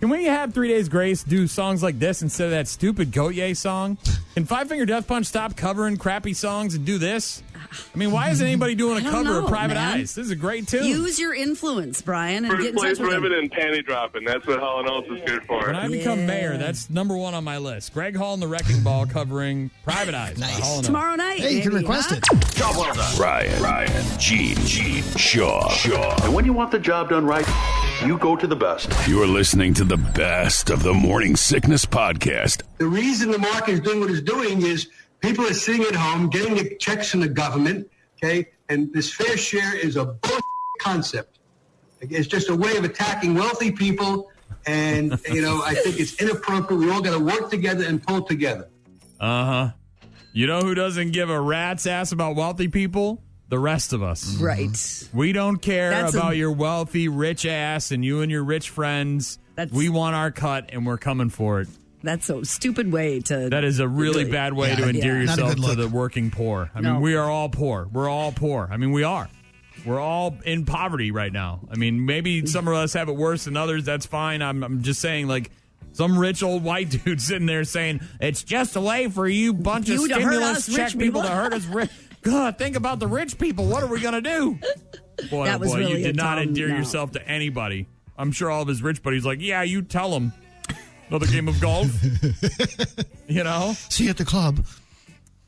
Speaker 4: Can we have Three Days Grace do songs like this instead of that stupid Goye song? Can Five Finger Death Punch stop covering crappy songs and do this? I mean, why isn't anybody doing a
Speaker 5: I don't
Speaker 4: cover of
Speaker 5: know,
Speaker 4: Private
Speaker 5: man.
Speaker 4: Eyes? This is a great tune.
Speaker 5: Use your influence, Brian, and get
Speaker 13: First
Speaker 5: in touch
Speaker 13: place
Speaker 5: with
Speaker 13: ribbon
Speaker 5: them.
Speaker 13: and panty dropping. That's what Helen Oates is good for.
Speaker 4: When I become mayor, that's number one on my list. Greg Hall and the Wrecking Ball covering Private Eyes. nice.
Speaker 5: Tomorrow night.
Speaker 8: Oh, Hey, you can
Speaker 5: maybe,
Speaker 8: request
Speaker 5: huh?
Speaker 8: it.
Speaker 1: Job well done.
Speaker 2: Ryan, Ryan, Gene, Gene, Shaw, Shaw.
Speaker 1: And when you want the job done right, you go to the best.
Speaker 2: You're listening to the best of the Morning Sickness Podcast.
Speaker 14: The reason the market is doing what it's doing is people are sitting at home getting the checks from the government, okay? And this fair share is a bullshit concept. Like, It's just a way of attacking wealthy people. And, you know, I think it's inappropriate. We all got to work together and pull together.
Speaker 4: Uh huh. You know who doesn't give a rat's ass about wealthy people? The rest of us.
Speaker 5: Right.
Speaker 4: We don't care
Speaker 5: That's a-
Speaker 4: about your wealthy, rich ass and you and your rich friends.
Speaker 5: That's-
Speaker 4: we want our cut and we're coming for it.
Speaker 5: That's a stupid way to.
Speaker 4: That is a really bad way to endear
Speaker 5: Yeah.
Speaker 4: yourself to the working poor. I
Speaker 5: No.
Speaker 4: mean, we are all poor. We're all poor. I mean, we are. We're all in poverty right now. I mean, maybe some of us have it worse than others. That's fine. I'm, I'm just saying, like, some rich old white dude sitting there saying, it's just a way for you bunch
Speaker 5: You
Speaker 4: of
Speaker 5: to hurt
Speaker 4: stimulus
Speaker 5: us
Speaker 4: check
Speaker 5: rich
Speaker 4: people
Speaker 5: people."
Speaker 4: to hurt us rich. God, think about the rich people. What are we going to do? Boy,
Speaker 5: That
Speaker 4: oh
Speaker 5: was
Speaker 4: boy, you
Speaker 5: really
Speaker 4: did
Speaker 5: a
Speaker 4: not
Speaker 5: dumb-
Speaker 4: endear
Speaker 5: no.
Speaker 4: yourself to anybody. I'm sure all of his rich buddies like, yeah, you tell him. Another game of golf. you know?
Speaker 8: See you at the club.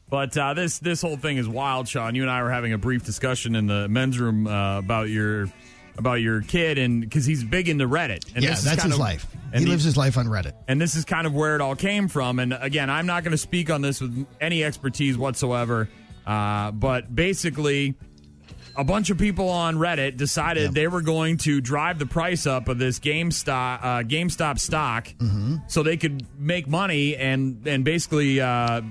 Speaker 4: But uh, this this whole thing is wild, Sean. You and I were having a brief discussion in the men's room uh, about your about your kid, and because he's big into Reddit. And
Speaker 8: yeah,
Speaker 4: this is
Speaker 8: that's
Speaker 4: kind
Speaker 8: his
Speaker 4: of-
Speaker 8: life.
Speaker 4: and
Speaker 8: He
Speaker 4: the-
Speaker 8: lives his life on Reddit.
Speaker 4: and this is kind of where it all came from. And again, I'm not going to speak on this with any expertise whatsoever. Uh, but basically, a bunch of people on Reddit decided they were going to drive the price up of this GameStop uh, GameStop stock
Speaker 8: Mm-hmm.
Speaker 4: so they could make money and and basically. Uh,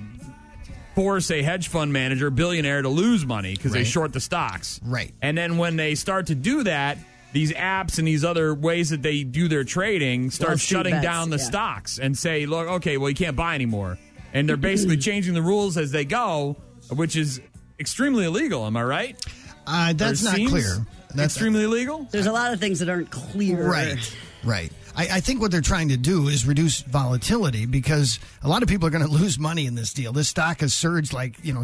Speaker 4: Force a hedge fund manager, billionaire, to lose money because they
Speaker 8: Right.
Speaker 4: short the stocks.
Speaker 8: Right.
Speaker 4: And then when they start to do that, these apps and these other ways that they do their trading start
Speaker 5: Lawsuit
Speaker 4: shutting
Speaker 5: Oh, bets,
Speaker 4: down the
Speaker 5: yeah.
Speaker 4: stocks and say, look, okay, well, you can't buy anymore. And they're basically changing the rules as they go, which is extremely illegal. Am I right?
Speaker 8: Uh, that's
Speaker 4: Or
Speaker 8: not
Speaker 4: seems
Speaker 8: clear. That's
Speaker 4: extremely illegal.
Speaker 5: There's a lot of things that aren't clear.
Speaker 8: Right. Right. I, I think what they're trying to do is reduce volatility because a lot of people are going to lose money in this deal. This stock has surged like, you know,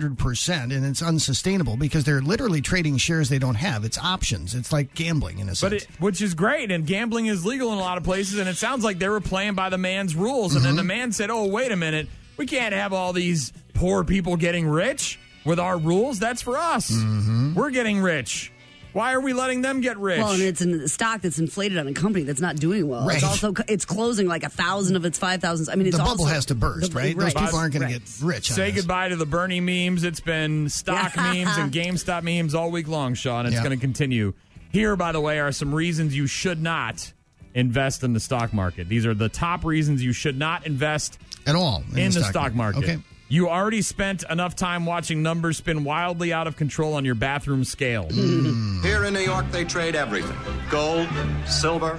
Speaker 8: 1200% and it's unsustainable because they're literally trading shares they don't have. It's options. It's like gambling in a sense.
Speaker 4: But it, which is great, and gambling is legal in a lot of places. And it sounds like they were playing by the man's rules. And then
Speaker 8: Mm-hmm.
Speaker 4: the man said, "Oh, wait a minute, we can't have all these poor people getting rich with our rules. That's for us.
Speaker 8: Mm-hmm.
Speaker 4: We're getting rich. Why are we letting them get rich?"
Speaker 5: Well, and it's a stock that's inflated on a company that's not doing well.
Speaker 8: Right.
Speaker 5: It's also it's closing like a thousand of its five thousands. I mean, it's
Speaker 8: the bubble
Speaker 5: also-
Speaker 8: has to burst,
Speaker 5: the-
Speaker 8: right? Those people aren't going
Speaker 5: right.
Speaker 8: to get rich. on
Speaker 4: Say
Speaker 8: this.
Speaker 4: goodbye to the Bernie memes. It's been stock memes and GameStop memes all week long, Sean. It's
Speaker 8: Yeah.
Speaker 4: going to continue. Here, by the way, are some reasons you should not invest in the stock market. These are the top reasons you should not invest
Speaker 8: At all.
Speaker 4: in, the, stock, market.
Speaker 8: Okay.
Speaker 4: You already spent enough time watching numbers spin wildly out of control on your bathroom scale.
Speaker 15: Here in New York, they trade everything gold, silver,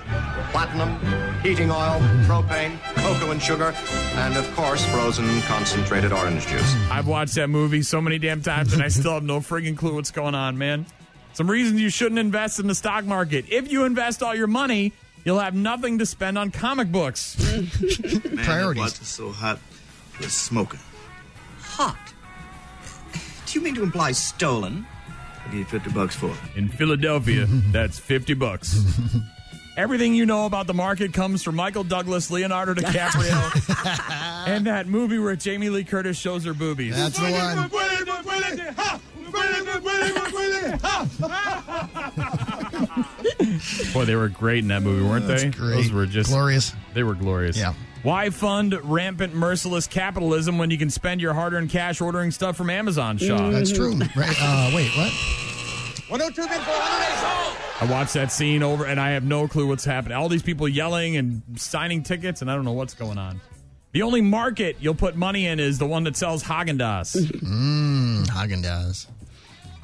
Speaker 15: platinum, heating oil, propane, cocoa and sugar, and of course, frozen concentrated orange juice.
Speaker 4: I've watched that movie so many damn times and I still have no friggin' clue what's going on, man. Some reasons you shouldn't invest in the stock market. If you invest all your money, you'll have nothing to spend on comic books.
Speaker 8: Priorities.
Speaker 16: It's so hot, was smoking. Hot? Do you mean to imply stolen? I need 50 bucks for it.
Speaker 4: In Philadelphia, that's 50 bucks. Everything you know about the market comes from Michael Douglas, Leonardo DiCaprio, and that movie where Jamie Lee Curtis shows her boobies.
Speaker 8: That's the one.
Speaker 4: Boy, they were great in that movie, weren't
Speaker 8: That's
Speaker 4: they?
Speaker 8: great.
Speaker 4: Those were just
Speaker 8: Glorious.
Speaker 4: They were glorious.
Speaker 8: Yeah.
Speaker 4: Why fund rampant, merciless capitalism when you can spend your hard-earned cash ordering stuff from Amazon? Shaw.
Speaker 8: Mm. That's true. Right? Uh, wait, what?
Speaker 17: 102 men for 100
Speaker 4: I watched that scene over, and I have no clue what's happening. All these people yelling and signing tickets, and I don't know what's going on. The only market you'll put money in is the one that sells Haagen Dazs.
Speaker 8: Mmm, Hagen Dazs.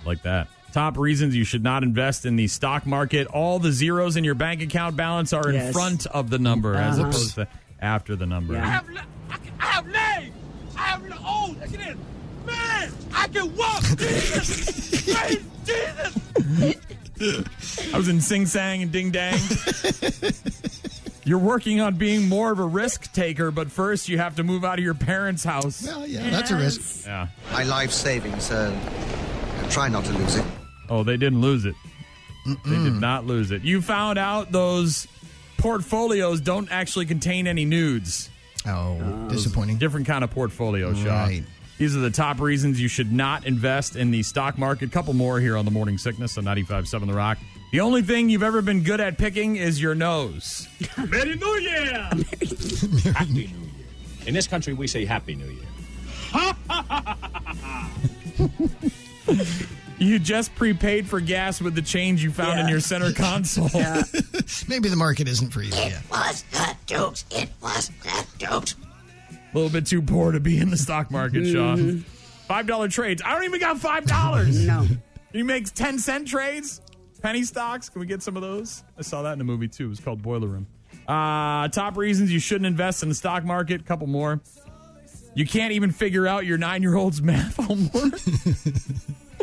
Speaker 4: like that. Top reasons you should not invest in the stock market. All the zeros in your bank account balance are in
Speaker 18: Yes.
Speaker 4: front of the number as
Speaker 18: Uh-huh.
Speaker 4: opposed to after the number.
Speaker 18: I have, le- I, can, I have legs. I have le- oh, look at this, man! I can walk. Jesus, praise Jesus.
Speaker 4: I was in Sing Sang and Ding Dang. You're working on being more of a risk taker, but first you have to move out of your parents' house.
Speaker 8: Well, yeah, that's a risk.
Speaker 4: Yeah.
Speaker 16: My life savings, uh, I try not to lose it.
Speaker 4: Oh, they didn't lose it. They did not lose it. You found out those portfolios don't actually contain any nudes.
Speaker 8: Oh,
Speaker 4: Uh, disappointing. Different kind of portfolio, Shaw.
Speaker 8: Right.
Speaker 4: These are the top reasons you should not invest in the stock market. Couple more here on the Morning Sickness on 95.7 The Rock. The only thing you've ever been good at picking is your nose.
Speaker 17: Merry New Year.
Speaker 19: Happy New Year. In this country, we say Happy New Year.
Speaker 4: You just prepaid for gas with the change you found in your center console.
Speaker 8: Maybe the market isn't for you. Yeah.
Speaker 10: was not jokes. It was not jokes.
Speaker 4: A little bit too poor to be in the stock market, Shaw.
Speaker 10: Mhm.
Speaker 4: Five dollar trades. I don't even got five dollars.
Speaker 5: no.
Speaker 4: You make ten cent trades? Penny stocks? Can we get some of those? I saw that in a movie too. It was called Boiler Room. Uh top reasons you shouldn't invest in the stock market, couple more. You can't even figure out your nine year old's math homework.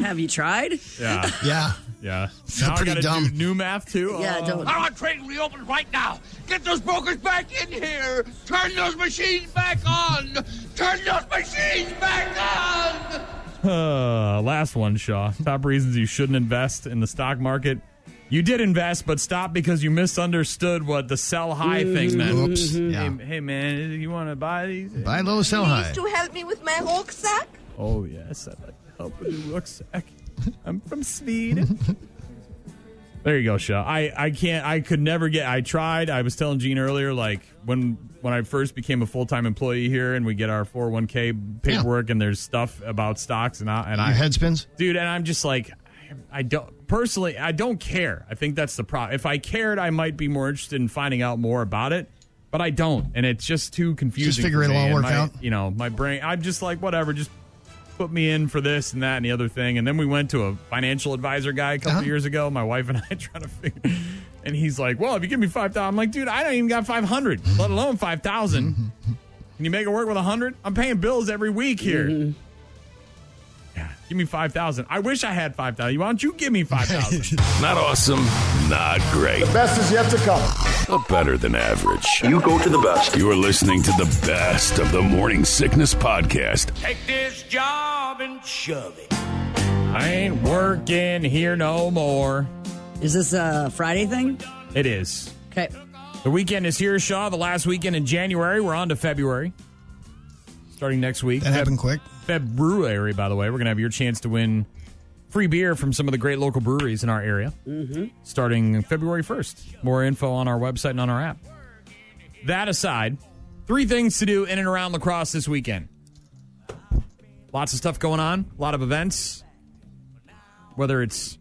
Speaker 5: Have you tried?
Speaker 4: Yeah.
Speaker 8: Yeah.
Speaker 4: Yeah.
Speaker 8: So
Speaker 4: Now I
Speaker 8: pretty
Speaker 4: gotta
Speaker 8: dumb.
Speaker 4: do new math too. Oh.
Speaker 17: I want trading reopened right now. Get those brokers back in here. Turn those machines back on. Turn those machines back on.
Speaker 4: Uh, last one, Shaw. Top reasons you shouldn't invest in the stock market. You did invest, but stop because you misunderstood what the sell high thing meant.
Speaker 8: Oops. Yeah.
Speaker 4: Hey, hey, man, you want to buy these?
Speaker 8: Buy low, sell high.
Speaker 10: to help me with my rucksack?
Speaker 4: Oh, yes. I'd like to help with your rucksack. I'm from Sweden. There you go, Shaw. I, I can't, I could never get, I tried. I was telling Gene earlier, like when, when I first became a full time employee here and we get our 401k paperwork and there's stuff about stocks and I, and I,
Speaker 8: Your head spins?
Speaker 4: dude and i'm just like i don't personally i don't care i think that's the problem if i cared i might be more interested in finding out more about it but i don't and it's just too confusing
Speaker 8: Just figure
Speaker 4: for
Speaker 8: it'll
Speaker 4: me.
Speaker 8: all
Speaker 4: And
Speaker 8: work
Speaker 4: my-
Speaker 8: out.
Speaker 4: you know my brain i'm just like whatever just put me in for this and that and the other thing and then we went to a financial advisor guy a couple years ago my wife and i trying to figure and he's like well if you give me 5000 i'm like dude i don't even got 500 let alone 5000 can you make it work with 100 i'm paying bills every week here
Speaker 17: Mm-hmm.
Speaker 4: Give me five thousand. I wish I had five thousand. Why don't you give me five thousand?
Speaker 2: Not awesome, not great.
Speaker 1: best is yet to come.
Speaker 2: But better than average. You go to the best. You're listening to the best of the Morning Sickness Podcast.
Speaker 17: Take this job and shove it.
Speaker 4: I ain't working here no more.
Speaker 5: Is this a Friday thing?
Speaker 4: It is.
Speaker 5: Okay.
Speaker 4: The weekend is here, Shaw. The last weekend in January. We're on to February. Starting next week. That happened
Speaker 8: quick.
Speaker 4: February, by the way. We're going to have your chance to win free beer from some of the great local breweries in our area.
Speaker 5: Mm-hmm.
Speaker 4: starting February 1st. More info on our website and on our app. That aside, three things to do in and around lacrosse this weekend. Lots of stuff going on, a lot of events. Whether it's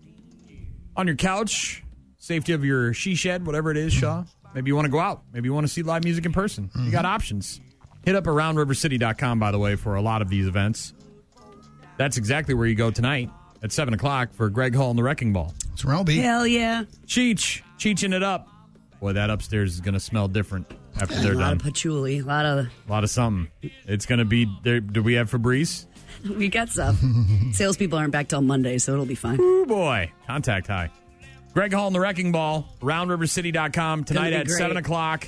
Speaker 4: on your couch, safety of your she shed, whatever it is, Shaw. Maybe you want to go out. Maybe you want to see live music in person. You got options. Hit up aroundrivercity.com, by the way, for a lot of these events. That's exactly where you go tonight at 7 o'clock for Greg Hall and the Wrecking Ball.
Speaker 8: It's where I'll be.
Speaker 5: Hell yeah.
Speaker 4: Cheech, Cheeching it up. Boy, that upstairs is going to smell different after
Speaker 5: A
Speaker 4: they're
Speaker 5: lot
Speaker 4: done.
Speaker 5: of patchouli. A lot of.
Speaker 4: A lot of something. It's going to be. There, do we have Febreze?
Speaker 5: We got some. Salespeople aren't back till Monday, so it'll be fine.
Speaker 4: Ooh, boy. Contact high. Greg Hall and the Wrecking Ball, roundrivercity.com tonight
Speaker 5: be
Speaker 4: at
Speaker 5: great.
Speaker 4: 7 o'clock.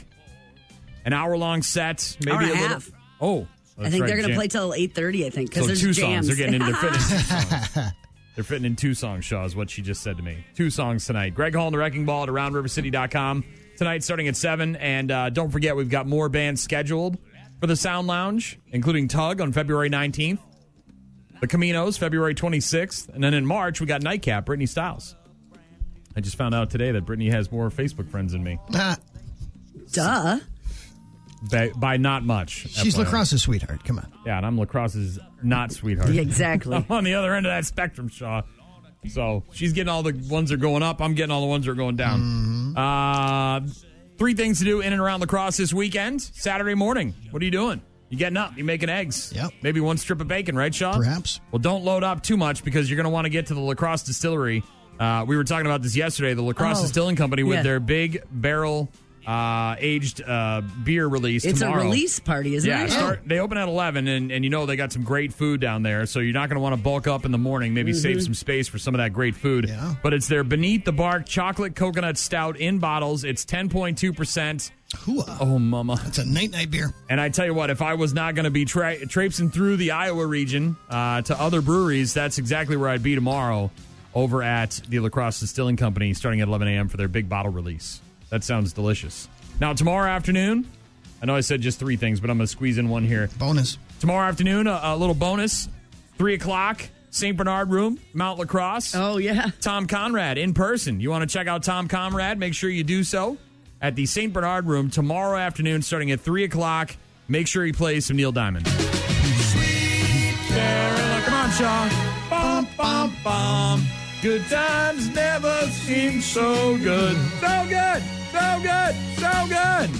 Speaker 4: An hour long set. Maybe
Speaker 5: Hour and a
Speaker 4: little-
Speaker 5: half.
Speaker 4: Oh,
Speaker 5: I
Speaker 4: that's
Speaker 5: think
Speaker 4: right,
Speaker 5: they're going to
Speaker 4: Jan-
Speaker 5: play till 8.30, I think, because
Speaker 4: So
Speaker 5: there's
Speaker 4: two songs.
Speaker 5: jams.
Speaker 4: They're getting into fitness. They're fitting in two songs, Shaw, is what she just said to me. Two songs tonight. Greg Hall and the Wrecking Ball at AroundRiverCity.com tonight starting at 7. And uh, don't forget, we've got more bands scheduled for the Sound Lounge, including Tug on February 19th, the Caminos February 26th, and then in March, we got Nightcap, Brittany Styles. I just found out today that Brittany has more Facebook friends than me.
Speaker 5: Duh.
Speaker 4: By, by not much.
Speaker 8: She's
Speaker 4: FYI.
Speaker 8: lacrosse's sweetheart. Come on.
Speaker 4: Yeah, and I'm lacrosse's not sweetheart.
Speaker 8: Yeah, exactly.
Speaker 4: I'm on the other end of that spectrum, Shaw. So she's getting all the ones that are going up. I'm getting all the ones that are going down.
Speaker 5: Mm-hmm.
Speaker 4: Uh, three things to do in and around lacrosse this weekend. Saturday morning. What are you doing? You getting up? You making eggs? Yep. Maybe one strip of bacon, right, Shaw? Perhaps. Well, don't load up too much because you're going to want to get to the lacrosse distillery. Uh, we were talking about this yesterday. The lacrosse
Speaker 5: Oh,
Speaker 4: distilling company with
Speaker 5: yeah.
Speaker 4: their big barrel uh, aged uh, beer release.
Speaker 5: It's
Speaker 4: tomorrow
Speaker 5: a release party, isn't
Speaker 4: yeah,
Speaker 5: it?
Speaker 4: start- they open at 11, and, and you know they got some great food down there, so you're not going to want to bulk up in the morning. Maybe save
Speaker 5: Mhm.
Speaker 4: some space for some of that great food. Yeah. But it's their Beneath the Bark Chocolate Coconut Stout in bottles. It's 10.2%. Oh, mama. That's
Speaker 8: a night night beer.
Speaker 4: And I tell you what, if I was not going to be tra- traipsing through the Iowa region uh, to other breweries, that's exactly where I'd be tomorrow over at the Lacrosse Distilling Company starting at 11 a.m. for their big bottle release. That sounds delicious. Now, tomorrow afternoon, I know I said just three things, but I'm going to squeeze in one here.
Speaker 8: Bonus.
Speaker 4: Tomorrow afternoon, a, a little bonus. Three o'clock, St. Bernard Room, Mount Lacrosse. Oh,
Speaker 5: yeah.
Speaker 4: Tom Conrad in person. You want to check out Tom Conrad? Make sure you do so at the St. Bernard Room tomorrow afternoon starting at three o'clock. Make sure he plays some Neil Diamond. Come on, Shaw. Bum, bum, bum. Good times never seem so good. So good. So good. So good.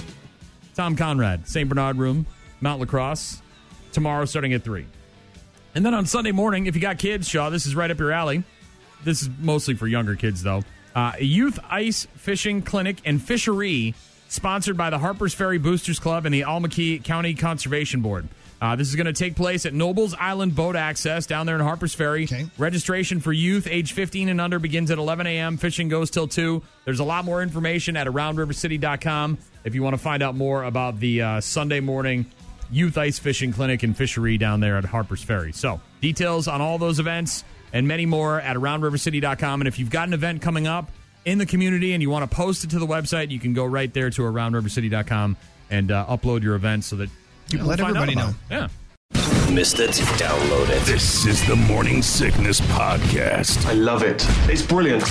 Speaker 4: Tom Conrad, St. Bernard Room, Mount Lacrosse, tomorrow starting at 3. And then on Sunday morning, if you got kids, Shaw, this is right up your alley. This is mostly for younger kids, though. Uh, a youth ice fishing clinic and fishery sponsored by the Harpers Ferry Boosters Club and the Almaquee County Conservation Board. Uh, this is going to take place at Nobles Island Boat Access down there in Harpers Ferry. Registration for youth age 15 and under begins at 11 a.m. Fishing goes till 2. There's a lot more information at aroundrivercity.com if you want to find out more about the uh, Sunday morning youth ice fishing clinic and fishery down there at Harper's Ferry. So, details on all those events and many more at aroundrivercity.com. And if you've got an event coming up in the community and you want to post it to the website, you can go right there to aroundrivercity.com and uh, upload your event so that people
Speaker 2: let
Speaker 4: can find out
Speaker 2: everybody
Speaker 4: about
Speaker 2: know.
Speaker 4: it. Yeah.
Speaker 2: Missed it? Download it. This is the Morning Sickness Podcast. I love it. It's brilliant.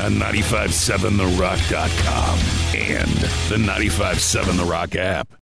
Speaker 2: On 957therock.com and the 957 The Rock app.